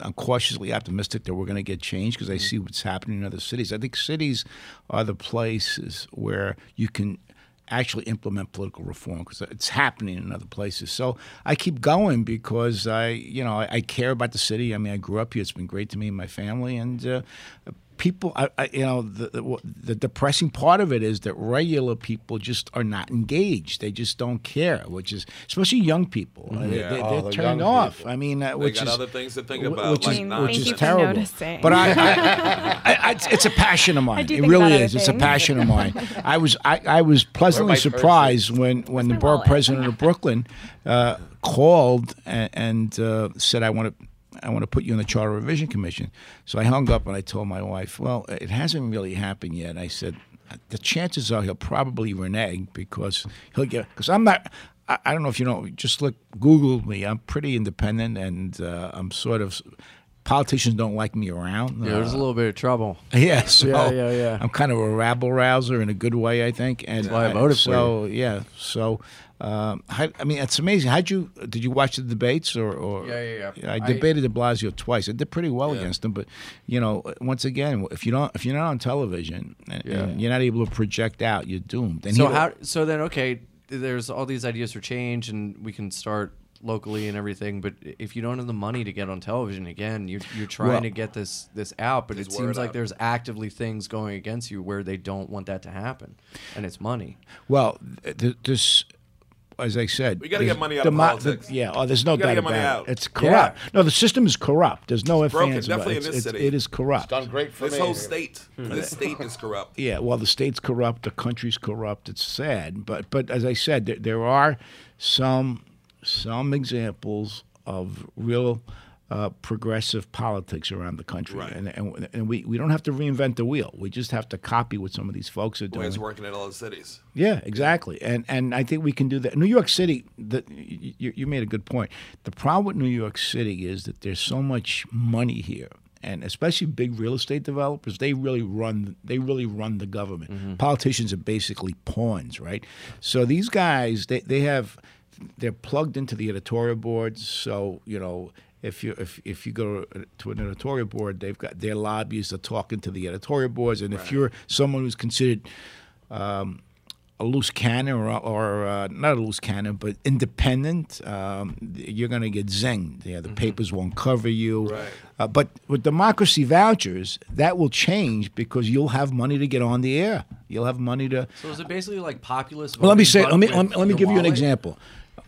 Speaker 8: I'm cautiously optimistic that we're going to get change because I see what's happening in other cities. I think cities are the places where you can actually implement political reform because it's happening in other places. So I keep going because I you know I, I care about the city. I mean, I grew up here; it's been great to me and my family, and. Uh, People, I, I, you know, the, the the depressing part of it is that regular people just are not engaged. They just don't care, which is especially young people.
Speaker 2: Mm-hmm.
Speaker 8: Uh, They, they,
Speaker 4: Oh,
Speaker 8: they're
Speaker 4: the
Speaker 8: turned
Speaker 4: young
Speaker 8: off.
Speaker 4: people.
Speaker 8: I mean, uh,
Speaker 2: They
Speaker 8: which
Speaker 2: got
Speaker 8: is
Speaker 2: other things to think
Speaker 8: wh-
Speaker 2: about,
Speaker 8: which
Speaker 2: like
Speaker 8: is
Speaker 2: nonsense.
Speaker 8: which is
Speaker 7: Thank you for
Speaker 8: terrible.
Speaker 7: noticing.
Speaker 8: But I, I, I, I, it's, it's a
Speaker 7: (laughs)
Speaker 8: passion of mine.
Speaker 7: do
Speaker 8: it
Speaker 7: think about
Speaker 8: really
Speaker 7: other
Speaker 8: is. It's a
Speaker 7: things.
Speaker 8: passion of mine.
Speaker 7: (laughs)
Speaker 8: I was I, I was pleasantly
Speaker 4: my purse?
Speaker 8: surprised when when the
Speaker 7: my
Speaker 8: borough
Speaker 7: wallet?
Speaker 8: president of Brooklyn uh, called and, and uh, said, "I want to." I want to put you in the Charter Revision Commission. So I hung up and I told my wife, well, it hasn't really happened yet. I said, the chances are he'll probably renege because he'll get, because I'm not, I, I don't know if you know, just look, Google me. I'm pretty independent and uh, I'm sort of, politicians don't like me around.
Speaker 6: Yeah, there's a
Speaker 8: Uh,
Speaker 6: little bit of trouble.
Speaker 8: (laughs) yeah, so
Speaker 6: Yeah, yeah, yeah.
Speaker 8: I'm kind of a rabble rouser in a good way, I think. And
Speaker 6: why I voted for
Speaker 8: so, yeah, so um, how, I mean, it's amazing. How'd you did you watch the debates or? or
Speaker 6: Yeah, yeah, yeah.
Speaker 8: I
Speaker 6: I-
Speaker 8: debated De Blasio twice. I did pretty well against him, but you know, once again, if you don't, if you're not on television and, and you're not able to project out, you're doomed. And
Speaker 6: So
Speaker 8: he-
Speaker 6: how? So then, okay, there's all these ideas for change, and we can start locally and everything. But if you don't have the money to get on television again, you're, you're trying
Speaker 8: Well-
Speaker 6: to get this this out. But it
Speaker 2: word
Speaker 6: seems like
Speaker 2: out.
Speaker 6: there's actively things going against you where they don't want that to happen, and it's money.
Speaker 8: Well, th- th- this, as I said,
Speaker 2: We gotta get
Speaker 8: there's
Speaker 2: money out
Speaker 8: the
Speaker 2: of
Speaker 8: mo-
Speaker 2: politics.
Speaker 8: the- yeah, oh, there's no
Speaker 2: We gotta
Speaker 8: doubt
Speaker 2: get money
Speaker 8: about
Speaker 2: out.
Speaker 8: it. It's corrupt. No, the system is corrupt. There's no ifs,
Speaker 2: broken,
Speaker 8: ands, buts.
Speaker 2: definitely in
Speaker 8: It's-
Speaker 2: this
Speaker 8: it's-
Speaker 2: city.
Speaker 8: It is corrupt.
Speaker 4: Done great for
Speaker 2: This
Speaker 4: me.
Speaker 2: whole state,
Speaker 8: Hmm.
Speaker 2: this state is
Speaker 8: (laughs)
Speaker 2: corrupt.
Speaker 8: Yeah, well, the state's corrupt, the country's corrupt. It's sad, but but as I said, there, there are some some examples of real uh, progressive politics around the country,
Speaker 2: Right.
Speaker 8: and, and and we we don't have to reinvent the wheel. We just have to copy what some of these folks are doing.
Speaker 2: Whereas working in all the cities.
Speaker 8: Yeah, exactly. And and I think we can do that. New York City, the, you, you made a good point. The problem with New York City is that there's so much money here. And especially big real estate developers, they really run. They really run the government. Politicians are basically pawns, right? So these guys, they, they have, they're plugged into the editorial boards. So you know, if you if, if you go to an editorial board, they've got their lobbyists are talking to the editorial boards. And if you're someone who's considered a loose cannon or, or uh, not a loose cannon, but independent, um, you're going to get zinged. Yeah, the papers won't cover you.
Speaker 2: Right.
Speaker 8: Uh, but with democracy vouchers, that will change because you'll have money to get on the air. You'll have money to.
Speaker 6: So is it basically like populist?
Speaker 8: Well, let me say. Let me let me, let me give you an example.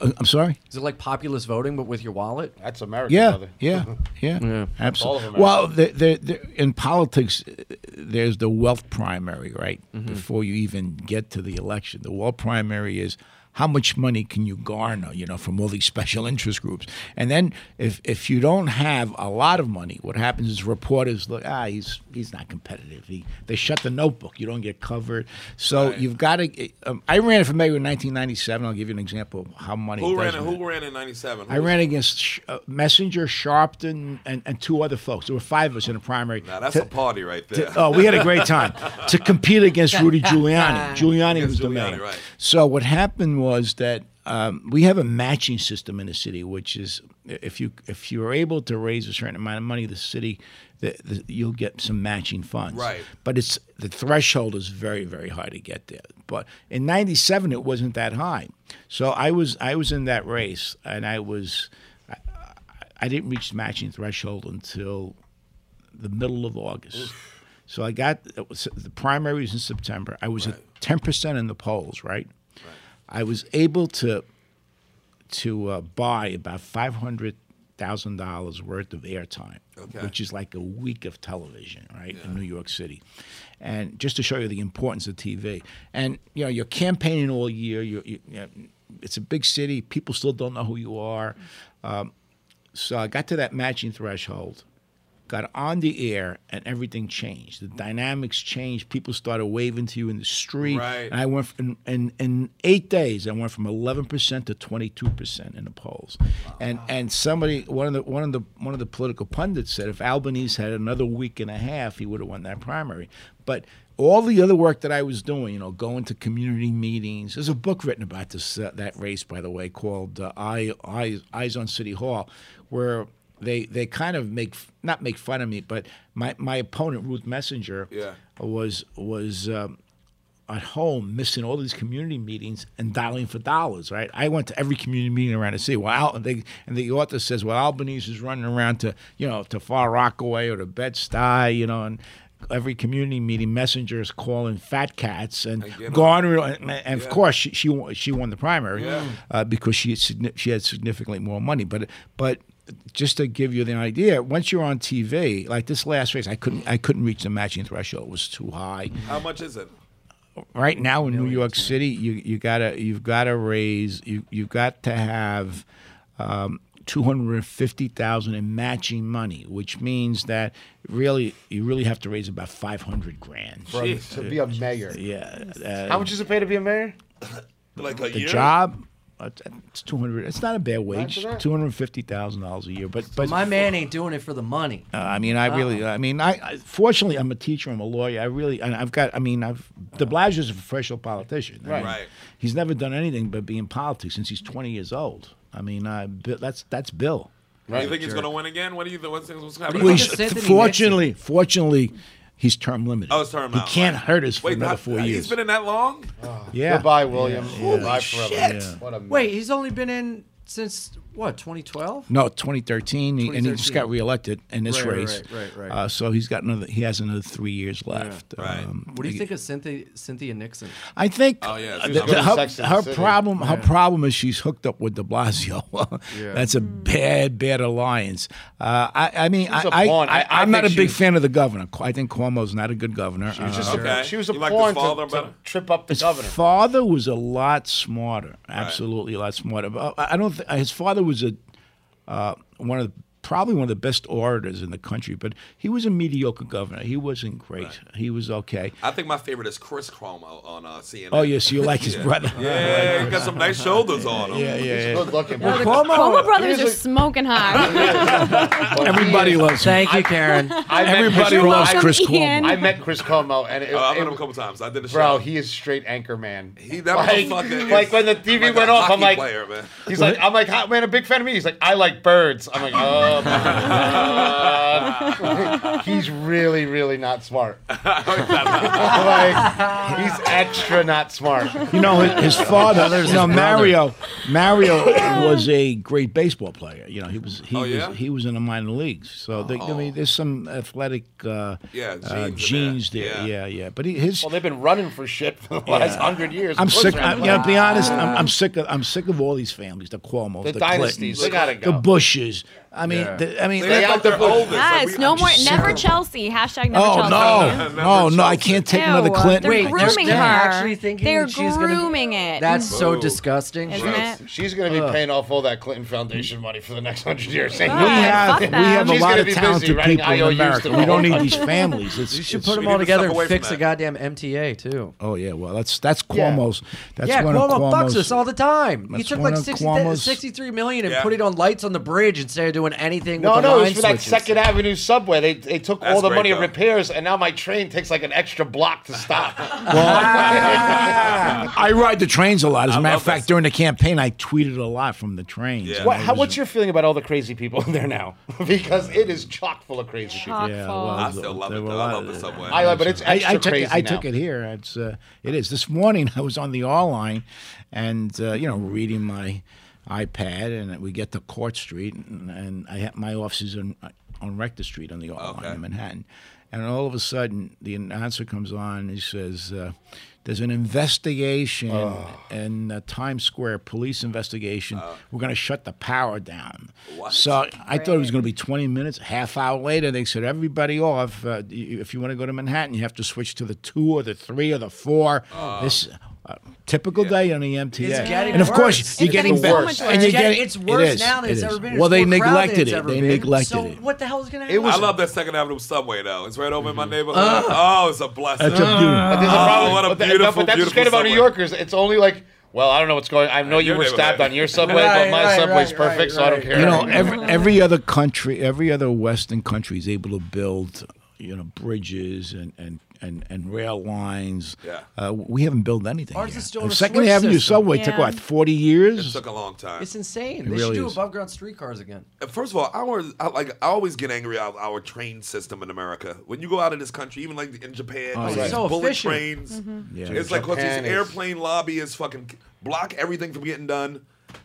Speaker 8: Uh, I'm sorry.
Speaker 6: Is it like populist voting but with your wallet?
Speaker 4: That's America.
Speaker 8: Yeah,
Speaker 4: brother.
Speaker 8: yeah,
Speaker 2: (laughs)
Speaker 8: yeah,
Speaker 4: all of
Speaker 8: absolutely.
Speaker 4: America.
Speaker 8: Well, the the the in politics, uh, there's
Speaker 4: Mm-hmm.
Speaker 8: the wealth primary, right? Before you even get to the election, the wealth primary is how much money can you garner, you know, from all these special interest groups? And then if if you don't have a lot of money, what happens is reporters look, ah, he's he's not competitive. He they shut the notebook. You don't get covered. So you've got to. Um, I ran for mayor in 1997. I'll give you an example of how money.
Speaker 2: Who ran?
Speaker 8: does
Speaker 2: it?
Speaker 8: matter.
Speaker 2: Who ran in '97?
Speaker 8: I ran against Sh- uh, Messenger, Sharpton, and, and two other folks. There were five of us in a primary.
Speaker 2: Now that's
Speaker 8: To-
Speaker 2: a party right there.
Speaker 8: to- oh, we had a great time to compete against Rudy Giuliani. Giuliani was the
Speaker 2: Giuliani,
Speaker 8: man.
Speaker 2: right.
Speaker 8: So what happened was that um, we have a matching system in the city, which is if you if you are able to raise a certain amount of money, the city the, the, you'll get some matching funds.
Speaker 2: Right.
Speaker 8: But it's the threshold is very very high to get there. But in '97 it wasn't that high. So I was I was in that race and I was. I- I- I didn't reach the matching threshold until the middle of August. So I got it was, the primary was in September. I was at ten percent in the polls, right? I was able to to uh, buy about five hundred thousand dollars worth of airtime,
Speaker 2: Okay.
Speaker 8: which is like a week of television, right, in New York City. And just to show you the importance of TV, and you know, you're campaigning all year. You're, you, you know, it's a big city. People still don't know who you are. Um, so I got to that matching threshold, got on the air, and everything changed. The dynamics changed. People started waving to you in the street.
Speaker 2: Right.
Speaker 8: And I went from, in, in eight days. I went from eleven percent to twenty two percent in the polls. And and somebody one of the one of the one of the political pundits said if Albanese had another week and a half, he would have won that primary. But all the other work that I was doing, you know, going to community meetings. There's a book written about this uh, that race, by the way, called uh, Eye, Eyes, Eyes on City Hall, where they they kind of make f- not make fun of me, but my, my opponent Ruth Messenger
Speaker 2: Yeah.
Speaker 8: was was um, at home missing all these community meetings and dialing for dollars. Right, I went to every community meeting around the city. Well, Al- and, they, and the author says, well, Albanese is running around to you know to Far Rockaway or to Bed Stuy, you know, and every community meeting messenger is calling fat cats and
Speaker 2: get 'em.
Speaker 8: garner and, and
Speaker 2: Yeah.
Speaker 8: of course she, she won- she won the primary
Speaker 2: Yeah.
Speaker 8: uh, because she had, signi- she had significantly more money. But but just to give you the idea, once you're on TV, like this last race, I couldn't I couldn't reach the matching threshold; it was too high.
Speaker 2: How much is it?
Speaker 8: Right now in New York City, you you gotta you've gotta raise you you've got to have. Um, 250,000 in matching money, which means that really you really have to raise about 500 grand.
Speaker 4: to be a mayor.
Speaker 8: Yeah. uh,
Speaker 4: How much does it pay to be a mayor?
Speaker 2: Like a
Speaker 8: the
Speaker 2: year?
Speaker 8: job uh, it's 200 it's not a bad wage
Speaker 4: that.
Speaker 8: $250,000 a year but but
Speaker 6: (laughs) My man ain't doing it for the money.
Speaker 8: uh, I mean I really
Speaker 6: Uh-huh.
Speaker 8: I mean I, I fortunately I'm a teacher I'm a lawyer I really and I've got I mean I've de Blasio is a professional politician I mean,
Speaker 2: Right.
Speaker 8: he's never done anything but be in politics since he's 20 years old I mean uh, Bi- that's that's Bill
Speaker 2: you think he's gonna win again? What do you? think- What's, what's happening?
Speaker 6: Well,
Speaker 8: We
Speaker 6: he's
Speaker 8: sh-
Speaker 6: Anthony
Speaker 8: fortunately fortunately he's term limited
Speaker 2: Oh, it's term
Speaker 8: he
Speaker 2: out,
Speaker 8: can't
Speaker 2: right.
Speaker 8: hurt us for
Speaker 2: Wait,
Speaker 8: another
Speaker 2: not-
Speaker 8: four
Speaker 2: He's
Speaker 8: years
Speaker 2: been in that long?
Speaker 8: yeah
Speaker 4: Goodbye, William. Goodbye
Speaker 8: shit.
Speaker 4: forever.
Speaker 8: Yeah.
Speaker 4: What a man.
Speaker 6: Wait, he's only been in since what 2012?
Speaker 8: No, 2013, he- and he just
Speaker 6: 2013.
Speaker 8: got reelected in this
Speaker 6: Right, right,
Speaker 8: race.
Speaker 6: right, right, right.
Speaker 8: Uh, so he's got another. He has another three years left. Um,
Speaker 2: Right.
Speaker 6: What do you think of Cynthia Cynthia Nixon?
Speaker 8: I think.
Speaker 2: Oh, yeah,
Speaker 8: uh,
Speaker 2: she's
Speaker 8: the-
Speaker 2: good
Speaker 8: the-
Speaker 4: at
Speaker 8: her,
Speaker 4: Sex and the
Speaker 8: her
Speaker 4: City.
Speaker 8: problem. Her problem is she's hooked up with De Blasio. (laughs) That's a bad, bad alliance. Uh, I, I mean, I,
Speaker 4: a
Speaker 8: I,
Speaker 4: pawn. I-
Speaker 8: I,
Speaker 4: I
Speaker 8: I'm not a
Speaker 4: think
Speaker 8: big
Speaker 4: she-
Speaker 8: fan of the governor. Qu- I think Cuomo's not a good governor.
Speaker 4: She was
Speaker 8: Uh,
Speaker 4: just a,
Speaker 2: Okay.
Speaker 4: she was a
Speaker 2: You like this
Speaker 4: pawn
Speaker 2: father
Speaker 4: to,
Speaker 2: better?
Speaker 4: to trip up the
Speaker 8: his
Speaker 4: governor.
Speaker 8: father was a lot smarter. Absolutely a lot smarter. But uh, I I don't. Th- his father was a uh, one of the, probably one of the best orators in the country, but he was a mediocre governor. He wasn't great. He was okay.
Speaker 2: I think my favorite is Chris Cuomo on uh, CNN.
Speaker 8: Oh yes, you
Speaker 4: (laughs)
Speaker 8: like his brother.
Speaker 2: Yeah, he got some nice shoulders on him.
Speaker 8: yeah, yeah. yeah.
Speaker 4: Good looking.
Speaker 7: Cuomo brothers
Speaker 4: Here's
Speaker 7: are
Speaker 4: a-
Speaker 7: smoking hot.
Speaker 8: Everybody loves him.
Speaker 6: Thank you, Karen.
Speaker 4: I met
Speaker 8: Everybody
Speaker 4: Chris-
Speaker 8: loves
Speaker 7: welcome,
Speaker 8: Chris
Speaker 7: Ian.
Speaker 8: Cuomo.
Speaker 4: I met Chris Como, and it,
Speaker 2: Oh, I've
Speaker 4: it-
Speaker 2: met him a couple times. I did a show.
Speaker 4: bro, he is straight anchor man.
Speaker 2: He- that
Speaker 4: like,
Speaker 2: motherfucker is
Speaker 4: like when the TV
Speaker 2: like a
Speaker 4: went off, I'm
Speaker 2: hockey
Speaker 4: like,
Speaker 2: player, man.
Speaker 4: he's like, I'm like, "Hot man, a big fan of me. He's like, I like birds. I'm like, oh, my (laughs) God." he's really, really not smart. like, he's extra not smart.
Speaker 8: You know his,
Speaker 4: (laughs)
Speaker 8: his father. no, Mario. Mario
Speaker 4: (coughs)
Speaker 8: was a great baseball player. You know he was he
Speaker 2: Oh, yeah? Oh.
Speaker 8: was he was in the minor leagues. So they, I mean, there's some athletic uh,
Speaker 2: Yeah, genes in there.
Speaker 8: uh, genes there.
Speaker 2: Yeah.
Speaker 8: Yeah, yeah. But he, his
Speaker 4: Well, they've been running for shit for the last hundred years.
Speaker 8: I'm
Speaker 4: Push
Speaker 8: sick.
Speaker 4: them.
Speaker 8: I'm, you know, to be honest, I'm, I'm sick of I'm sick of all these families, the Cuomo's,
Speaker 4: The
Speaker 8: the,
Speaker 4: dynasties,
Speaker 8: Clintons,
Speaker 4: they gotta go.
Speaker 8: the Bushes, I mean, the, I mean,
Speaker 2: They
Speaker 8: let-
Speaker 2: act their oldest. Like,
Speaker 7: Yes,
Speaker 2: we-
Speaker 7: no
Speaker 2: I'm
Speaker 7: more.
Speaker 2: just sick
Speaker 7: Never
Speaker 2: of-
Speaker 7: Chelsea. Hashtag never
Speaker 8: oh
Speaker 7: Chelsea.
Speaker 8: no,
Speaker 2: Remember
Speaker 8: no, no! I
Speaker 2: Chelsea.
Speaker 8: can't take another
Speaker 7: Ew,
Speaker 8: Clinton.
Speaker 7: uh, They're grooming
Speaker 6: they're
Speaker 7: her.
Speaker 6: actually thinking
Speaker 7: they're
Speaker 6: that she's gonna-
Speaker 7: grooming it.
Speaker 6: That's so
Speaker 2: Boo.
Speaker 6: disgusting.
Speaker 7: Isn't it?
Speaker 4: She's going to be paying off all that Clinton Foundation money for the next hundred years.
Speaker 7: God,
Speaker 8: We have
Speaker 7: fuck
Speaker 8: we
Speaker 7: them.
Speaker 8: have a
Speaker 4: She's
Speaker 8: lot
Speaker 4: gonna
Speaker 8: of
Speaker 4: be busy
Speaker 8: talented
Speaker 4: writing
Speaker 8: people in
Speaker 4: IOUs to
Speaker 8: America. We
Speaker 4: the
Speaker 8: don't
Speaker 4: whole
Speaker 8: need these families. It's,
Speaker 6: You should
Speaker 8: it's-
Speaker 6: put them
Speaker 2: we
Speaker 6: all
Speaker 2: need to step
Speaker 6: together
Speaker 2: away
Speaker 6: and
Speaker 2: from
Speaker 6: fix a
Speaker 2: that.
Speaker 6: goddamn MTA too.
Speaker 8: Oh yeah, well that's that's Cuomo's. That's
Speaker 6: yeah,
Speaker 8: one of
Speaker 6: Cuomo
Speaker 8: Cuomo's.
Speaker 6: fucks us all the time. He
Speaker 8: that's
Speaker 6: took
Speaker 8: one
Speaker 6: like
Speaker 8: of
Speaker 6: 60,
Speaker 8: Cuomo's-
Speaker 6: 63 million and
Speaker 2: Yeah.
Speaker 6: put it on lights on the bridge instead of doing anything.
Speaker 4: No,
Speaker 6: with
Speaker 4: no,
Speaker 6: the
Speaker 4: it
Speaker 6: line
Speaker 4: was for that
Speaker 6: switches.
Speaker 4: Second Avenue subway. They, they took
Speaker 2: That's
Speaker 4: all the
Speaker 2: great,
Speaker 4: money
Speaker 2: though.
Speaker 4: and repairs, and now my train takes like an extra block to stop.
Speaker 8: Ah, I ride the trains a lot. As a
Speaker 2: I
Speaker 8: matter
Speaker 2: love
Speaker 8: of fact,
Speaker 2: that.
Speaker 8: during the campaign, I tweeted a lot from the trains.
Speaker 2: Yeah.
Speaker 8: and
Speaker 4: what,
Speaker 8: I
Speaker 4: how,
Speaker 8: was-
Speaker 4: what's your feeling about all the crazy people (laughs) in there now? because it is chock full of crazy people.
Speaker 7: Chock
Speaker 8: Yeah,
Speaker 7: full.
Speaker 8: well,
Speaker 2: I still love
Speaker 8: There
Speaker 2: it.
Speaker 8: were
Speaker 2: Though.
Speaker 8: a
Speaker 2: I
Speaker 8: lot
Speaker 2: love
Speaker 8: of-
Speaker 2: the subway.
Speaker 4: I love, but it's
Speaker 8: I,
Speaker 4: extra
Speaker 8: I took
Speaker 4: crazy
Speaker 8: it, I
Speaker 4: now.
Speaker 8: took it here. It's uh, it is this morning. (laughs) I was on the R line, and uh, you know, reading my iPad, and we get to Court Street, and, and I have my office is on on Rector Street on the R
Speaker 2: Okay.
Speaker 8: line in Manhattan, and all of a sudden the announcer comes on. and He says. Uh, there's an investigation
Speaker 4: Oh.
Speaker 8: in uh, Times Square, police investigation. We're going to shut the power down. So I thought it was going to be 20 minutes. Half hour later, they said everybody off. Uh, y- if you want to go to Manhattan, you have to switch to the two or the three or the four. this uh, typical day on the MTA.
Speaker 6: Oh. It's getting
Speaker 8: and of
Speaker 6: worse.
Speaker 8: course, you're
Speaker 7: It's
Speaker 8: getting,
Speaker 7: getting so
Speaker 8: And
Speaker 7: much worse.
Speaker 8: you're
Speaker 6: It's getting-
Speaker 8: getting-
Speaker 6: it's worse
Speaker 8: it is,
Speaker 6: now than
Speaker 8: it
Speaker 6: it's
Speaker 8: is.
Speaker 6: ever been. It's
Speaker 8: Well, they
Speaker 6: more crowded than
Speaker 8: neglected
Speaker 6: it's
Speaker 8: it.
Speaker 6: ever
Speaker 8: They
Speaker 6: been.
Speaker 8: neglected
Speaker 6: so
Speaker 8: it.
Speaker 6: what the hell is going to happen?
Speaker 4: It was-
Speaker 2: I love that Second Avenue subway though. It's right over in my neighborhood. oh, it's a blessing.
Speaker 8: Mm-hmm. Ah. That's a beauty.
Speaker 6: Ah.
Speaker 4: There's a
Speaker 2: Oh,
Speaker 4: problem.
Speaker 2: what a
Speaker 4: but, that-
Speaker 2: beautiful,
Speaker 4: but that's
Speaker 2: beautiful
Speaker 4: what's great about New
Speaker 2: subway.
Speaker 4: Yorkers. It's only like, well, I don't know what's going. I
Speaker 2: Yeah,
Speaker 4: know you
Speaker 2: your
Speaker 4: were
Speaker 2: neighborhood.
Speaker 4: stabbed on (laughs) your subway, but my
Speaker 6: Right, right,
Speaker 4: subway's
Speaker 6: right,
Speaker 4: perfect, so I don't
Speaker 6: right,
Speaker 4: care.
Speaker 8: You know, every every other country, every other Western country is able to build, you know, bridges and and and, and rail lines.
Speaker 2: Yeah.
Speaker 8: Uh, we haven't built anything.
Speaker 6: Ours
Speaker 8: yet.
Speaker 6: is still
Speaker 8: the
Speaker 6: on a
Speaker 8: Second
Speaker 6: switch
Speaker 8: Avenue
Speaker 6: system.
Speaker 8: subway took
Speaker 7: Yeah.
Speaker 8: what forty years.
Speaker 2: Took a long time.
Speaker 6: It's insane. they
Speaker 8: really
Speaker 6: should do
Speaker 8: is.
Speaker 6: above ground streetcars again.
Speaker 2: First of all, our I, like I always get angry at our train system in America. When you go out of this country, even like in Japan,
Speaker 8: Oh,
Speaker 2: there's
Speaker 8: yeah.
Speaker 2: these
Speaker 6: So
Speaker 2: bullet
Speaker 6: efficient. Mm-hmm.
Speaker 2: trains.
Speaker 8: Yeah.
Speaker 2: It's like 'cause
Speaker 4: Japan
Speaker 2: this
Speaker 4: is-
Speaker 2: airplane lobby is fucking block everything from getting done.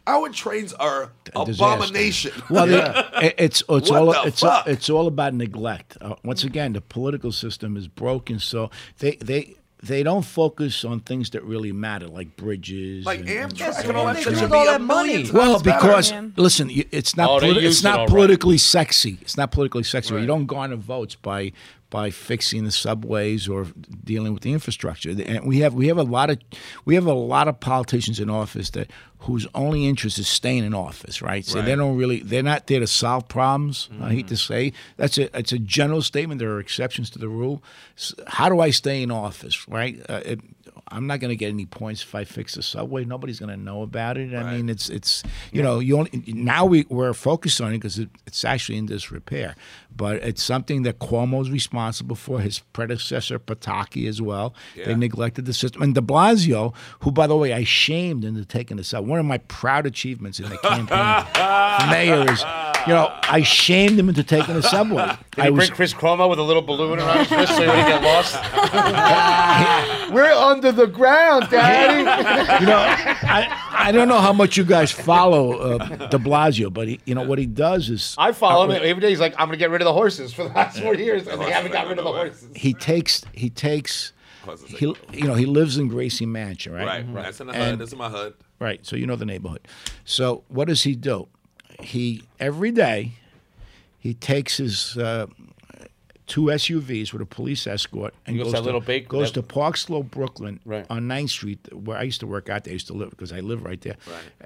Speaker 2: Our trains are
Speaker 8: A disaster. (laughs)
Speaker 2: abomination.
Speaker 8: Well,
Speaker 2: (laughs)
Speaker 8: they- it- it's
Speaker 2: What
Speaker 8: it's all
Speaker 2: the
Speaker 8: it's
Speaker 2: fuck?
Speaker 8: it's all about neglect. Uh,
Speaker 6: Mm.
Speaker 8: once again, the political system is broken, so they they. They don't focus on things that really matter, like bridges.
Speaker 2: like
Speaker 8: and- and-
Speaker 2: Amtrak and all that
Speaker 6: They
Speaker 2: shit
Speaker 6: do
Speaker 2: should
Speaker 6: with all
Speaker 2: be a
Speaker 6: that
Speaker 2: million
Speaker 6: money.
Speaker 2: times
Speaker 8: Well,
Speaker 2: better.
Speaker 8: because
Speaker 7: Yeah.
Speaker 8: listen, y- it's not
Speaker 4: Oh, they
Speaker 8: politi-
Speaker 4: used
Speaker 8: it's
Speaker 4: it all
Speaker 8: not
Speaker 4: right.
Speaker 8: politically sexy. It's not politically sexy. You don't garner votes by by fixing the subways or dealing with the infrastructure. And we have we have a lot of we have a lot of politicians in office that whose only interest is staying in office, right? So they don't really they're not there to solve problems. I hate to
Speaker 4: Mm-hmm.
Speaker 8: say that's a it's a general statement. There are exceptions to the rule. S- How do I stay in office, right? Uh, it, I'm not going to get any points if I fix the subway. Nobody's going to know about it. I mean, it's it's you know you only now we we're focused on it because it, it's actually in disrepair, but it's something that Cuomo's responsible for. His predecessor Pataki as well. They
Speaker 2: Yeah.
Speaker 8: neglected the system, and De Blasio, who by the way I shamed into taking this out. One of my proud achievements
Speaker 4: (laughs)
Speaker 8: in the campaign for mayor is, you know, I shamed him into taking the subway.
Speaker 4: Did
Speaker 8: I
Speaker 4: he
Speaker 8: was
Speaker 4: bring Chris Cuomo with a little balloon around his wrist so he wouldn't get (laughs) lost? We're under the ground, Daddy.
Speaker 8: you know, I, I don't know how much you guys follow uh, De Blasio, but he, you know what he does is
Speaker 4: (laughs) I follow him every day. He's like, I'm gonna get rid of the horses for the last four years, and they haven't got rid of the horses.
Speaker 8: he takes he takes
Speaker 2: Causes
Speaker 8: he you know he lives in Gracie Mansion, right?
Speaker 2: Right, right. That's in the hood.
Speaker 8: And-
Speaker 2: That's in my hood.
Speaker 8: Right. So you know the neighborhood. So what does he do? He every day he takes his uh, two SUVs with a police escort and goes
Speaker 4: goes to that
Speaker 8: to,
Speaker 4: little bake-
Speaker 8: goes
Speaker 4: that-
Speaker 8: to Park Slope, Brooklyn,
Speaker 4: Right.
Speaker 8: on 9th Street, where I used to work out there. I used to live because I live right there,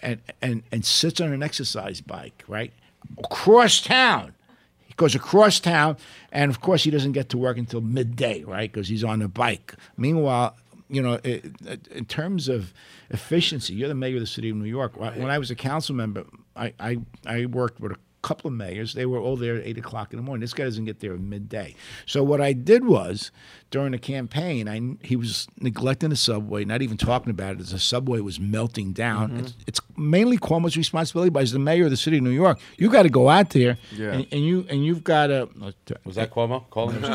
Speaker 8: and and and sits on an exercise bike, right, across town. He goes across town, and of course he doesn't get to work until midday, right, because he's on a bike. Meanwhile. You know, i i- in terms of efficiency, you're the mayor of the city of New York. When- When I was a council member, I, I, I worked with a couple of mayors. They were all there at eight o'clock in the morning. This guy doesn't get there at midday. So what I did was during the campaign, I he was neglecting the subway, not even talking about it. As the subway was melting down, it's, it's mainly Cuomo's responsibility, but as the mayor of the city of New York, you got to go out there, and, and you and you've uh, got to
Speaker 4: Was that Cuomo calling? (laughs)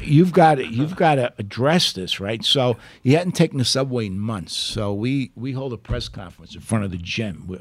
Speaker 8: you've got to
Speaker 4: Uh-huh.
Speaker 8: you've got to address this, right? So he hadn't taken the subway in months. So we we hold a press conference in front of the gym. We-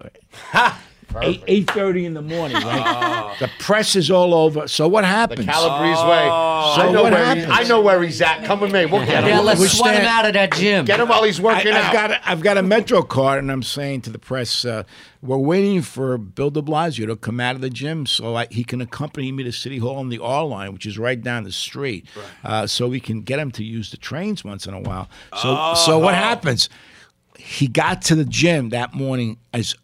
Speaker 8: eight eight thirty in the morning.
Speaker 4: Ah.
Speaker 8: Right? the press is all over. So what happens?
Speaker 4: Calabrese way. Oh, I, know
Speaker 8: what
Speaker 4: where he,
Speaker 8: happens?
Speaker 4: I know where he's at. Come with me. We'll get him.
Speaker 6: Yeah, let's
Speaker 8: We're
Speaker 6: sweat him
Speaker 8: stand-
Speaker 6: out of that gym.
Speaker 4: get him while he's
Speaker 8: I,
Speaker 4: working
Speaker 8: have
Speaker 4: out.
Speaker 8: got a, I've got a Metro card, and I'm saying to the press, uh, we're waiting for Bill De Blasio to come out of the gym so I, he can accompany me to City Hall on the R line, which is right down the street, uh, so we can get him to use the trains once in a while. So,
Speaker 2: Oh.
Speaker 8: so what happens? He got to the gym that morning as.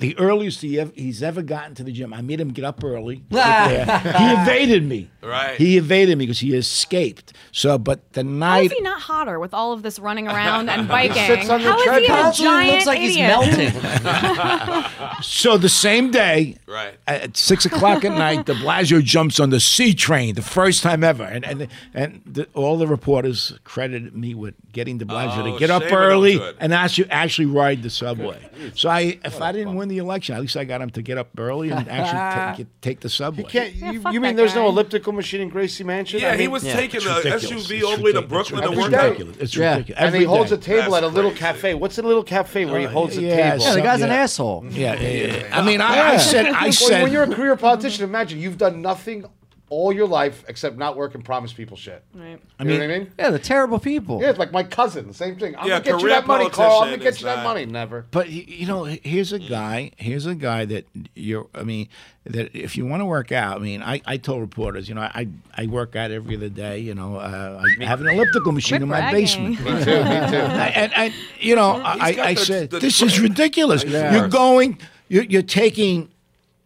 Speaker 8: The earliest he ev- he's ever gotten to the gym. I made him get up
Speaker 2: (laughs)
Speaker 8: early. he evaded me.
Speaker 2: Right.
Speaker 8: He evaded me because he escaped. So, but the
Speaker 7: How
Speaker 8: night
Speaker 7: is he not hotter with all of this
Speaker 4: (laughs)
Speaker 7: running around and biking?
Speaker 4: sits on the
Speaker 7: How is he
Speaker 4: treadmill.
Speaker 7: a
Speaker 6: Actually,
Speaker 7: giant
Speaker 6: it looks like
Speaker 7: idiot?
Speaker 6: he's melting.
Speaker 8: So the same day,
Speaker 2: Right.
Speaker 8: at six o'clock at night, De Blasio jumps on the C train, the first time ever, and and and the, all the reporters credited me with getting De Blasio
Speaker 2: Oh,
Speaker 8: to get up
Speaker 2: shaming him
Speaker 8: early
Speaker 2: to it.
Speaker 8: and actually actually ride the subway. So I, if I didn't win the election, at least I got him to get up
Speaker 2: (laughs)
Speaker 8: early and actually take, take the subway.
Speaker 4: Can't-
Speaker 7: Yeah,
Speaker 4: you,
Speaker 7: fuck
Speaker 4: you
Speaker 7: that
Speaker 4: mean there's
Speaker 7: guy.
Speaker 4: no elliptical machine in Gracie Mansion?
Speaker 2: Yeah,
Speaker 4: I
Speaker 2: he
Speaker 4: mean,
Speaker 2: was taking
Speaker 8: It's
Speaker 2: the
Speaker 8: ridiculous.
Speaker 2: SUV
Speaker 8: It's
Speaker 2: all the way to
Speaker 8: ridiculous.
Speaker 2: Brooklyn
Speaker 8: It's
Speaker 2: to work
Speaker 4: day.
Speaker 2: out.
Speaker 8: ridiculous. It's
Speaker 6: Yeah.
Speaker 8: ridiculous.
Speaker 4: and he
Speaker 8: Every
Speaker 4: holds
Speaker 8: day.
Speaker 4: a table
Speaker 2: That's
Speaker 4: at a little
Speaker 2: crazy.
Speaker 4: cafe. What's a little cafe where he holds a
Speaker 8: yeah,
Speaker 4: table?
Speaker 6: yeah, the guy's an
Speaker 8: Yeah.
Speaker 6: asshole.
Speaker 8: Yeah, yeah, yeah. I mean, I, I said, I
Speaker 4: Well,
Speaker 8: said,
Speaker 4: when you're a career politician, imagine you've done nothing all your life except not work and promise people shit.
Speaker 7: Right.
Speaker 4: You know what I mean?
Speaker 6: Yeah, the terrible people.
Speaker 4: Yeah, it's like my cousin, same thing. I'm
Speaker 2: Yeah,
Speaker 4: gonna get you
Speaker 2: career
Speaker 4: that money, Carl. I'm
Speaker 2: politician
Speaker 4: gonna get you
Speaker 2: is
Speaker 4: that
Speaker 2: not-
Speaker 4: money. Never.
Speaker 8: But y- you know, h- here's
Speaker 2: Mm.
Speaker 8: a guy. Here's a guy that you're. I mean, that if you want to work out, I mean, I, I told reporters, you know, I I work out every other day. You know, uh, I have an elliptical machine
Speaker 7: Quit
Speaker 8: in my
Speaker 7: bragging.
Speaker 8: basement. I- (laughs) and and you know, I,
Speaker 2: got
Speaker 8: I
Speaker 2: the-
Speaker 8: said
Speaker 2: the
Speaker 8: this is ridiculous. You're going. You're, you're taking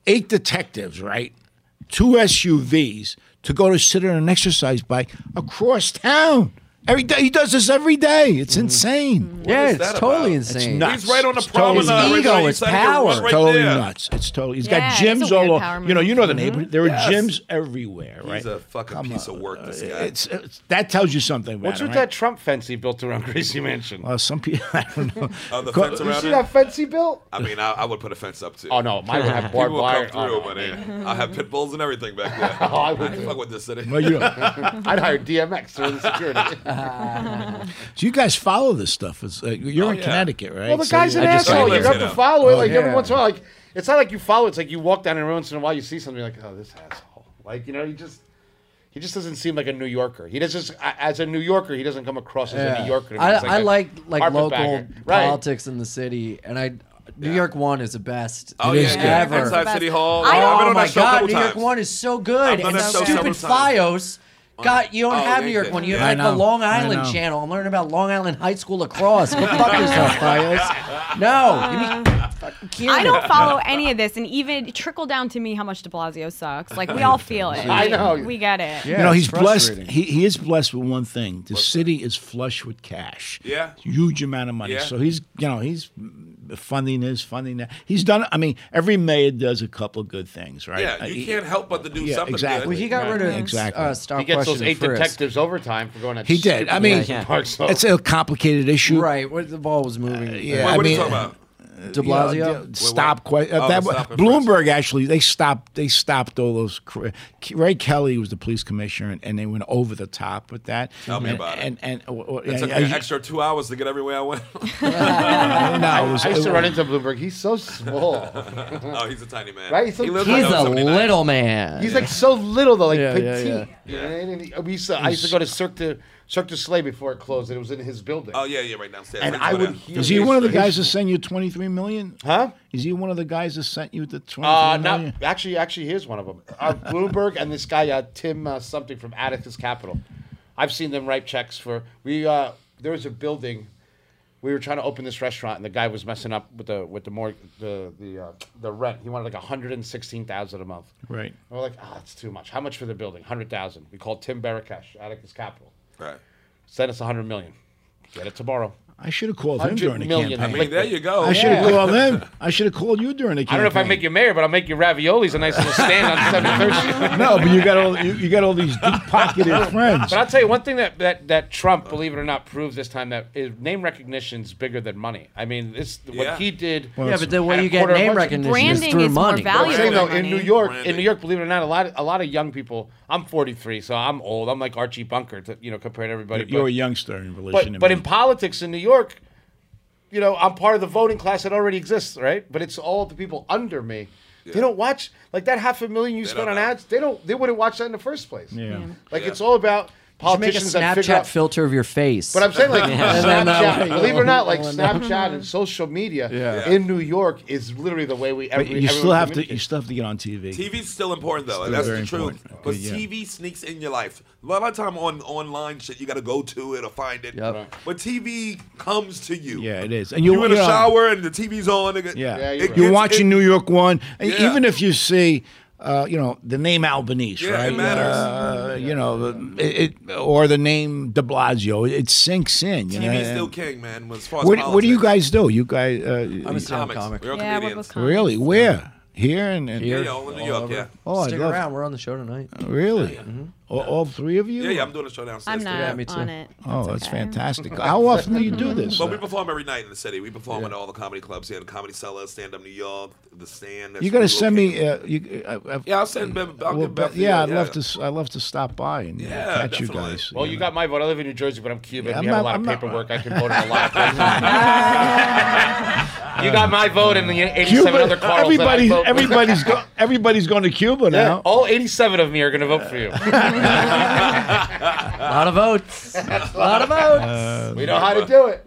Speaker 8: eight detectives, right? Two SUVs to go to sit on an exercise bike across town. Every day he does this every day. It's
Speaker 2: Mm-hmm.
Speaker 8: insane.
Speaker 6: Yeah,
Speaker 2: is
Speaker 6: it's
Speaker 2: that
Speaker 6: totally
Speaker 2: about?
Speaker 6: insane.
Speaker 8: nuts.
Speaker 2: He's right on the
Speaker 8: It's totally
Speaker 2: promenade. right
Speaker 6: His
Speaker 2: there.
Speaker 6: ego
Speaker 2: You
Speaker 6: is
Speaker 2: said I could run
Speaker 6: power.
Speaker 2: Right
Speaker 8: totally
Speaker 2: there.
Speaker 8: nuts. It's totally. He's
Speaker 7: Yeah,
Speaker 8: got
Speaker 7: it's
Speaker 8: gyms
Speaker 7: a
Speaker 8: all
Speaker 7: weird
Speaker 8: over.
Speaker 7: power
Speaker 8: You know,
Speaker 7: move.
Speaker 8: you know the neighborhood. There are gyms everywhere, right?
Speaker 2: He's a fucking piece of work, this guy.
Speaker 8: it's, it's that tells you something. About
Speaker 4: What's
Speaker 8: him,
Speaker 4: with
Speaker 8: right?
Speaker 4: that Trump fence he built around (laughs) Gracie Mansion?
Speaker 8: Well, some people. (laughs) I don't know.
Speaker 2: (laughs) Oh, the
Speaker 8: Co-
Speaker 2: fence
Speaker 4: you
Speaker 2: around
Speaker 4: see
Speaker 2: it?
Speaker 4: that fence he built?
Speaker 2: I mean, I, I would put a fence up too.
Speaker 4: Oh no, mine would have barbed
Speaker 2: People will come
Speaker 4: wire.
Speaker 2: through,
Speaker 4: Oh,
Speaker 2: but
Speaker 4: no.
Speaker 2: eh, I have pit bulls and everything back there.
Speaker 4: Oh, I would
Speaker 2: I
Speaker 4: do.
Speaker 2: can fuck with this city.
Speaker 8: Well, (laughs) you know.
Speaker 4: I'd hire DMX to run security.
Speaker 8: So you guys follow this stuff? It's, uh, you're
Speaker 2: Oh,
Speaker 8: in
Speaker 2: yeah.
Speaker 8: Connecticut, right?
Speaker 4: Well, the
Speaker 8: So
Speaker 4: guy's an
Speaker 8: I just-
Speaker 4: asshole.
Speaker 2: like
Speaker 4: You
Speaker 2: that.
Speaker 4: have to
Speaker 8: Oh,
Speaker 4: follow it. Like every
Speaker 6: yeah.
Speaker 4: once in a while, like it's not like you follow. it. It's like you walk down and every once in a while you see something you're like, oh, this asshole. Like you know, he just he just doesn't seem like a New Yorker. He doesn't as a New Yorker. He doesn't come across as a New Yorker. to me.
Speaker 6: I,
Speaker 4: It's
Speaker 6: like, I
Speaker 4: a
Speaker 6: like like local
Speaker 4: carpetbagger. Right.
Speaker 6: politics in the city, and I New York One is the best.
Speaker 2: Oh,
Speaker 8: It
Speaker 2: yeah,
Speaker 8: is
Speaker 2: yeah.
Speaker 6: good.
Speaker 2: Inside
Speaker 6: Ever.
Speaker 2: City Hall.
Speaker 7: I don't-
Speaker 2: I've
Speaker 6: Oh,
Speaker 2: been on
Speaker 6: my
Speaker 2: that show a
Speaker 6: God,
Speaker 2: couple
Speaker 6: New York
Speaker 2: times.
Speaker 6: One is so
Speaker 2: I've
Speaker 6: good,
Speaker 2: done
Speaker 6: and
Speaker 2: that show
Speaker 6: stupid
Speaker 2: several
Speaker 6: FiOS. God, you don't
Speaker 2: Oh,
Speaker 6: have
Speaker 2: they
Speaker 6: New York
Speaker 2: did.
Speaker 6: One. You
Speaker 8: I
Speaker 6: have like
Speaker 8: know.
Speaker 6: the Long
Speaker 8: I
Speaker 6: Island
Speaker 8: know.
Speaker 6: channel. I'm learning about Long Island High School lacrosse. Go fuck yourself,
Speaker 2: (laughs)
Speaker 6: FiOS. No, you mean, fucking kidding
Speaker 7: I
Speaker 6: me.
Speaker 7: don't follow any of this, and even it trickled down to me how much De Blasio sucks. Like we all feel it.
Speaker 4: I know.
Speaker 7: We get it.
Speaker 8: you know,
Speaker 6: it's
Speaker 8: he's blessed.
Speaker 6: frustrating.
Speaker 8: He, he is blessed with one thing: the city is flush with cash.
Speaker 2: Yeah.
Speaker 8: huge amount of money.
Speaker 2: Yeah.
Speaker 8: So he's, you know, he's funding this, funding that. He's done. I mean, every mayor does a couple of good things, right?
Speaker 2: Yeah,
Speaker 8: Uh,
Speaker 2: you
Speaker 8: he-
Speaker 2: can't help but to do
Speaker 8: yeah,
Speaker 2: something.
Speaker 8: exactly.
Speaker 6: Well,
Speaker 2: good.
Speaker 6: he got rid of
Speaker 8: Exactly.
Speaker 6: uh, star
Speaker 4: He gets those
Speaker 6: question
Speaker 4: eight
Speaker 6: Frisk.
Speaker 4: detectives overtime for going that.
Speaker 8: He did. I
Speaker 4: stupid
Speaker 8: mean,
Speaker 5: yeah.
Speaker 4: park slope.
Speaker 8: it's a complicated issue.
Speaker 6: Right, where the ball was moving.
Speaker 8: Uh, yeah.
Speaker 2: What,
Speaker 8: I
Speaker 2: what are you
Speaker 8: mean,
Speaker 2: talking about?
Speaker 6: De
Speaker 8: you know,
Speaker 6: Blasio.
Speaker 8: d- stop. que- uh,
Speaker 2: Oh,
Speaker 8: that,
Speaker 2: the stop and
Speaker 8: Bloomberg actually they stopped. They stopped all those. cr- Ray Kelly was the police commissioner, and, and they went over the top with that.
Speaker 2: Tell me
Speaker 8: and,
Speaker 2: about it.
Speaker 8: and, And and or- or-
Speaker 2: It took
Speaker 8: yeah,
Speaker 2: me an
Speaker 8: you- (laughs)
Speaker 2: extra two hours to get everywhere I went.
Speaker 8: no, it was-
Speaker 4: I used to
Speaker 8: it-
Speaker 4: run into Bloomberg. He's so small. (laughs)
Speaker 2: oh, he's a tiny man.
Speaker 4: Right, so
Speaker 2: he lives
Speaker 6: He's
Speaker 2: like
Speaker 6: a
Speaker 2: 79.
Speaker 6: little man.
Speaker 4: He's like so little though, like
Speaker 6: Yeah, yeah,
Speaker 4: petite.
Speaker 6: yeah.
Speaker 4: You know what I mean? And we used to, I used to go to Cirque du Cirque du Soleil before it closed, and it was in his building.
Speaker 2: Oh yeah, yeah, right downstairs.
Speaker 4: And
Speaker 2: Right
Speaker 4: I
Speaker 2: over
Speaker 4: would
Speaker 2: there.
Speaker 4: hear-
Speaker 8: Is he one of the
Speaker 4: He's-
Speaker 8: guys that sent you twenty three million?
Speaker 4: Huh?
Speaker 8: Is he one of the guys that sent you the twenty three
Speaker 4: Uh,
Speaker 8: million?
Speaker 4: not actually. Actually, here's one of them. Uh, Bloomberg and this guy uh, Tim uh, something from Atticus Capital. I've seen them write checks for. We uh, there was a building. We were trying to open this restaurant, and the guy was messing up with the with the more the the uh, the rent. He wanted like one hundred and sixteen thousand a month.
Speaker 8: Right.
Speaker 4: And we're like, ah, that's too much. How much for the building? Hundred thousand. We called Tim Barakesh, Atticus Capital.
Speaker 2: Right.
Speaker 4: Send us a hundred million. Get it tomorrow.
Speaker 8: I should have called him
Speaker 4: 100
Speaker 8: during the
Speaker 4: million.
Speaker 8: campaign.
Speaker 2: I mean, there you go.
Speaker 8: I should have called him. I should have called you during the campaign.
Speaker 4: I don't know if I make you mayor, but I'll make you raviolis a nice little stand on 73rd Street.
Speaker 8: No, but you got all you, you got all these deep pocketed friends.
Speaker 4: (laughs) But I'll tell you one thing that, that, that Trump, believe it or not, proves this time that is name recognition's bigger than money. I mean, this
Speaker 2: Yeah.
Speaker 4: what he did.
Speaker 8: Well,
Speaker 6: Yeah, but the way
Speaker 4: And a
Speaker 6: you get
Speaker 4: quarter of
Speaker 6: name
Speaker 4: bunch of
Speaker 6: recognition
Speaker 7: branding
Speaker 6: is through
Speaker 7: is more
Speaker 6: money.
Speaker 7: valuable.
Speaker 4: I'm saying though, in
Speaker 7: Branding.
Speaker 4: New York, in
Speaker 2: Branding.
Speaker 4: New York, believe it or not, a lot of, a lot of young people. I'm 43, so I'm old. I'm like Archie Bunker, to, you know, compared to everybody.
Speaker 8: You're a
Speaker 4: but-
Speaker 8: youngster in relation
Speaker 4: but,
Speaker 8: to
Speaker 4: but
Speaker 8: me.
Speaker 4: in politics in New York, you know, I'm part of the voting class that already exists, right? But it's all the people under me. They don't watch like that half a million you spent
Speaker 2: don't
Speaker 4: on
Speaker 2: know.
Speaker 4: ads. They don't. They wouldn't watch that in the first place.
Speaker 8: Yeah.
Speaker 4: Like it's all about
Speaker 6: Make a
Speaker 4: politicians that figure
Speaker 6: Snapchat
Speaker 4: out.
Speaker 6: filter of your face.
Speaker 4: But I'm
Speaker 8: (laughs)
Speaker 4: saying, like
Speaker 6: then that
Speaker 4: Snapchat,
Speaker 6: way
Speaker 4: believe it or not, like
Speaker 6: you'll-
Speaker 4: Snapchat and social media
Speaker 8: Yeah.
Speaker 4: in New York is literally the way we.
Speaker 8: But
Speaker 4: Every,
Speaker 8: you still
Speaker 4: everyone
Speaker 8: have to. You
Speaker 4: communicates.
Speaker 8: still have to get on TV.
Speaker 2: TV's still important though, and
Speaker 8: Still
Speaker 2: that's the
Speaker 8: very
Speaker 2: truth.
Speaker 8: important.
Speaker 2: Because
Speaker 8: Okay, yeah.
Speaker 2: TV sneaks in your life. A lot of time on online shit, you got to go to it or find it.
Speaker 6: Yep.
Speaker 2: But TV comes to you.
Speaker 8: Yeah, it is. And
Speaker 2: You, in the
Speaker 8: know,
Speaker 2: shower and the TV's on. Nigga.
Speaker 8: Yeah,
Speaker 4: Yeah, you're
Speaker 2: It
Speaker 4: right.
Speaker 8: you're
Speaker 2: gets-
Speaker 8: watching
Speaker 2: it-
Speaker 8: New York One, and
Speaker 2: Yeah.
Speaker 8: even if you see, uh, you know, the name Albanese,
Speaker 2: Yeah, it
Speaker 8: right?
Speaker 2: matters.
Speaker 8: Uh, you know, it, it or the name De Blasio, it sinks in. You know,
Speaker 2: TV's
Speaker 8: and-
Speaker 2: still king, man. As far as
Speaker 8: what, what do you
Speaker 2: politics.
Speaker 8: guys do? You guys uh,
Speaker 6: I'm a stand-up
Speaker 2: Comics.
Speaker 6: comic.
Speaker 2: We're all
Speaker 7: Yeah, we're
Speaker 4: Uh,
Speaker 2: comedians.
Speaker 7: both comics.
Speaker 8: really where here and, and
Speaker 2: Yeah, yeah, all in New York. Yeah.
Speaker 8: Oh, I
Speaker 6: Stick
Speaker 8: love-
Speaker 6: around. We're on the show tonight.
Speaker 8: Really,
Speaker 4: Mm-hmm.
Speaker 8: all, all three of you?
Speaker 2: Yeah, yeah. I'm doing a show downstairs.
Speaker 7: I'm not
Speaker 6: Yeah, me too.
Speaker 7: on it.
Speaker 8: Oh, that's
Speaker 2: (laughs)
Speaker 7: okay.
Speaker 8: fantastic. How often do you do this?
Speaker 2: But we perform every night in the city. We perform at all the comedy clubs here, the Comedy Cellar, Stand Up New York, the Stand. that's
Speaker 8: you got to
Speaker 2: really
Speaker 8: send me.
Speaker 2: located.
Speaker 8: Uh, you, uh, uh,
Speaker 2: yeah, I'll send. Be- I'll
Speaker 8: well,
Speaker 2: get Beth
Speaker 8: but
Speaker 2: to
Speaker 8: yeah,
Speaker 2: you.
Speaker 8: I'd love to. s- I'd love to stop by and uh,
Speaker 2: Yeah,
Speaker 8: catch you
Speaker 2: definitely.
Speaker 8: guys.
Speaker 4: Well, you
Speaker 8: know.
Speaker 4: got my vote. I live in New Jersey, but I'm Cuban.
Speaker 8: Yeah,
Speaker 4: we
Speaker 8: I'm
Speaker 4: have
Speaker 8: not-
Speaker 4: a lot
Speaker 8: I'm
Speaker 4: of
Speaker 8: not-
Speaker 4: paperwork. I can vote in a lot. Of
Speaker 8: (laughs)
Speaker 4: places. you got my vote and the 87
Speaker 8: Cuba-
Speaker 4: other Carls
Speaker 8: everybody,
Speaker 4: that I vote with.
Speaker 8: everybody's
Speaker 4: (laughs)
Speaker 8: go, everybody's going to Cuba
Speaker 4: Yeah,
Speaker 2: Oh,
Speaker 8: now.
Speaker 4: all 87 of me are going to vote for you.
Speaker 6: A lot of votes. A
Speaker 8: (laughs)
Speaker 6: lot of votes.
Speaker 4: we know how to do it.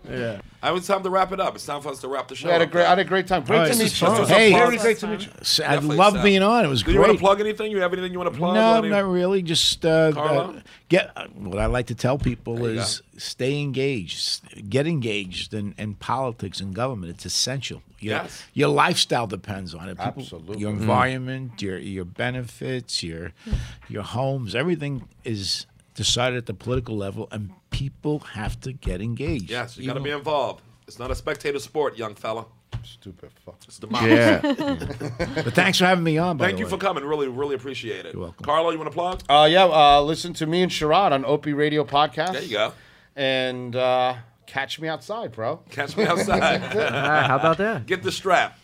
Speaker 2: I it's time to wrap it up. It's time for us to wrap the show.
Speaker 4: We had a
Speaker 2: up,
Speaker 4: great,
Speaker 2: man.
Speaker 4: I had a great time. Great
Speaker 8: Oh,
Speaker 4: to
Speaker 8: this
Speaker 4: meet
Speaker 8: is
Speaker 4: you.
Speaker 8: fun.
Speaker 4: This is
Speaker 8: Hey.
Speaker 4: very great to meet you.
Speaker 8: So I
Speaker 2: Definitely
Speaker 8: love
Speaker 2: so.
Speaker 8: being on. It was
Speaker 2: Do
Speaker 8: great.
Speaker 2: you want to plug anything? You have anything you want to plug?
Speaker 8: no,
Speaker 2: Any-
Speaker 8: not really. Just uh,
Speaker 2: Carlo?
Speaker 8: uh, get uh, what I like to tell people
Speaker 2: you
Speaker 8: is stay engaged, S- get engaged in, in politics and government. It's essential. Your,
Speaker 2: Yes. Mm-hmm.
Speaker 8: your lifestyle depends on it. People-
Speaker 4: Absolutely.
Speaker 8: Your environment, your your benefits, your your homes, everything is decided at the political level, and people have to get engaged.
Speaker 2: Yes, you got to
Speaker 8: Even-
Speaker 2: be involved. It's not a spectator sport, young fella.
Speaker 4: Stupid fuck.
Speaker 2: It's democracy.
Speaker 8: Yeah. (laughs) but thanks for having me on. By
Speaker 2: Thank
Speaker 8: the
Speaker 2: you
Speaker 8: way.
Speaker 2: for coming. Really, really appreciate it.
Speaker 8: You're welcome.
Speaker 2: Carlo, you want to plug?
Speaker 4: Uh, yeah, uh, listen to me and Sherrod on Opie Radio Podcast.
Speaker 2: There you go.
Speaker 4: And uh, catch me outside, bro.
Speaker 2: Catch me outside.
Speaker 5: Ah, how about that?
Speaker 2: Get the strap.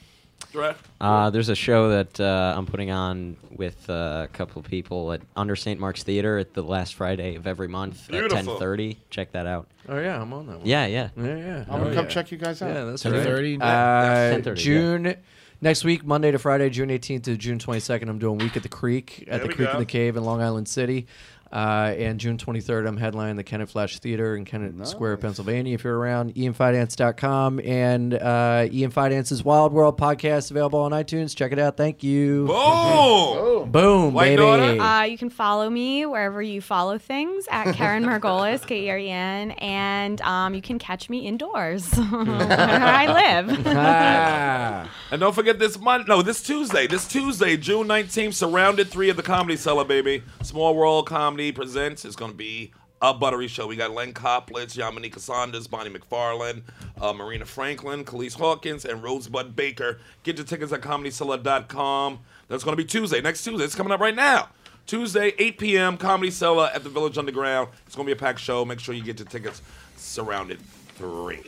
Speaker 2: Strap.
Speaker 5: Uh, there's a show that uh, I'm putting on with uh, a couple of people at Under St. Mark's Theater at the last Friday of every month
Speaker 2: Beautiful.
Speaker 5: at 10:30. Check that out.
Speaker 6: Oh yeah, I'm on that one.
Speaker 5: Yeah, yeah.
Speaker 6: Yeah, yeah.
Speaker 4: I'm going to come check you guys out.
Speaker 6: Yeah, that's
Speaker 8: 10:30?
Speaker 6: right.
Speaker 5: Yeah,
Speaker 6: Uh,
Speaker 5: 10:30, yeah.
Speaker 6: June next week, Monday to Friday, June 18th to June 22nd. I'm doing week at the Creek at
Speaker 2: There
Speaker 6: the
Speaker 2: we
Speaker 6: Creek
Speaker 2: go.
Speaker 6: in the Cave in Long Island City. Uh, and June 23rd, I'm headlining the Kennett Flash Theater in Kennett Square, Pennsylvania. If you're around, E ianfinance.com and uh, Ian Finance's Wild World podcast available on iTunes. Check it out. Thank you.
Speaker 2: Boom.
Speaker 6: Boom,
Speaker 2: White
Speaker 6: baby.
Speaker 2: daughter?
Speaker 7: Uh, you can follow me wherever you follow things at Karen Margolis, K E R E N, and um, you can catch me indoors (laughs) where I live.
Speaker 6: Ah.
Speaker 2: And don't forget this month. No, this Tuesday. This Tuesday, June 19th, Surrounded 3 at the Comedy Cellar, baby. Small World Comedy Presents. It's going to be a buttery show. We got Len Coplitz, Yamanika Saunders, Bonnie McFarlane, uh, Marina Franklin, Khalees Hawkins, and Rosebud Baker. Get your tickets at ComedyCellar.com. That's going to be Tuesday. Next Tuesday. It's coming up right now. Tuesday, 8 p.m., Comedy Cellar at the Village Underground. It's going to be a packed show. Make sure you get your tickets. Surrounded 3.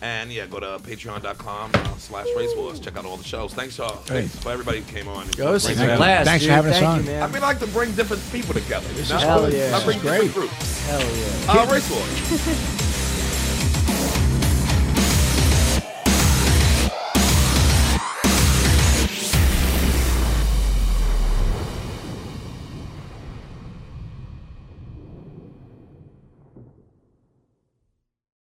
Speaker 2: And yeah, go to patreon.com uh, slash race wars. Check out all the shows. Thanks, y'all. Thanks for everybody who came on.
Speaker 6: Yo, this is
Speaker 2: Bring-
Speaker 6: a blast,
Speaker 8: Thanks for
Speaker 6: dude.
Speaker 8: having us
Speaker 6: Thank
Speaker 8: on.
Speaker 6: You, man.
Speaker 2: I mean, I like to bring different people together. This
Speaker 8: is good.
Speaker 2: I
Speaker 8: This
Speaker 2: bring different
Speaker 8: is great.
Speaker 2: groups. Hell yeah. Uh, race wars.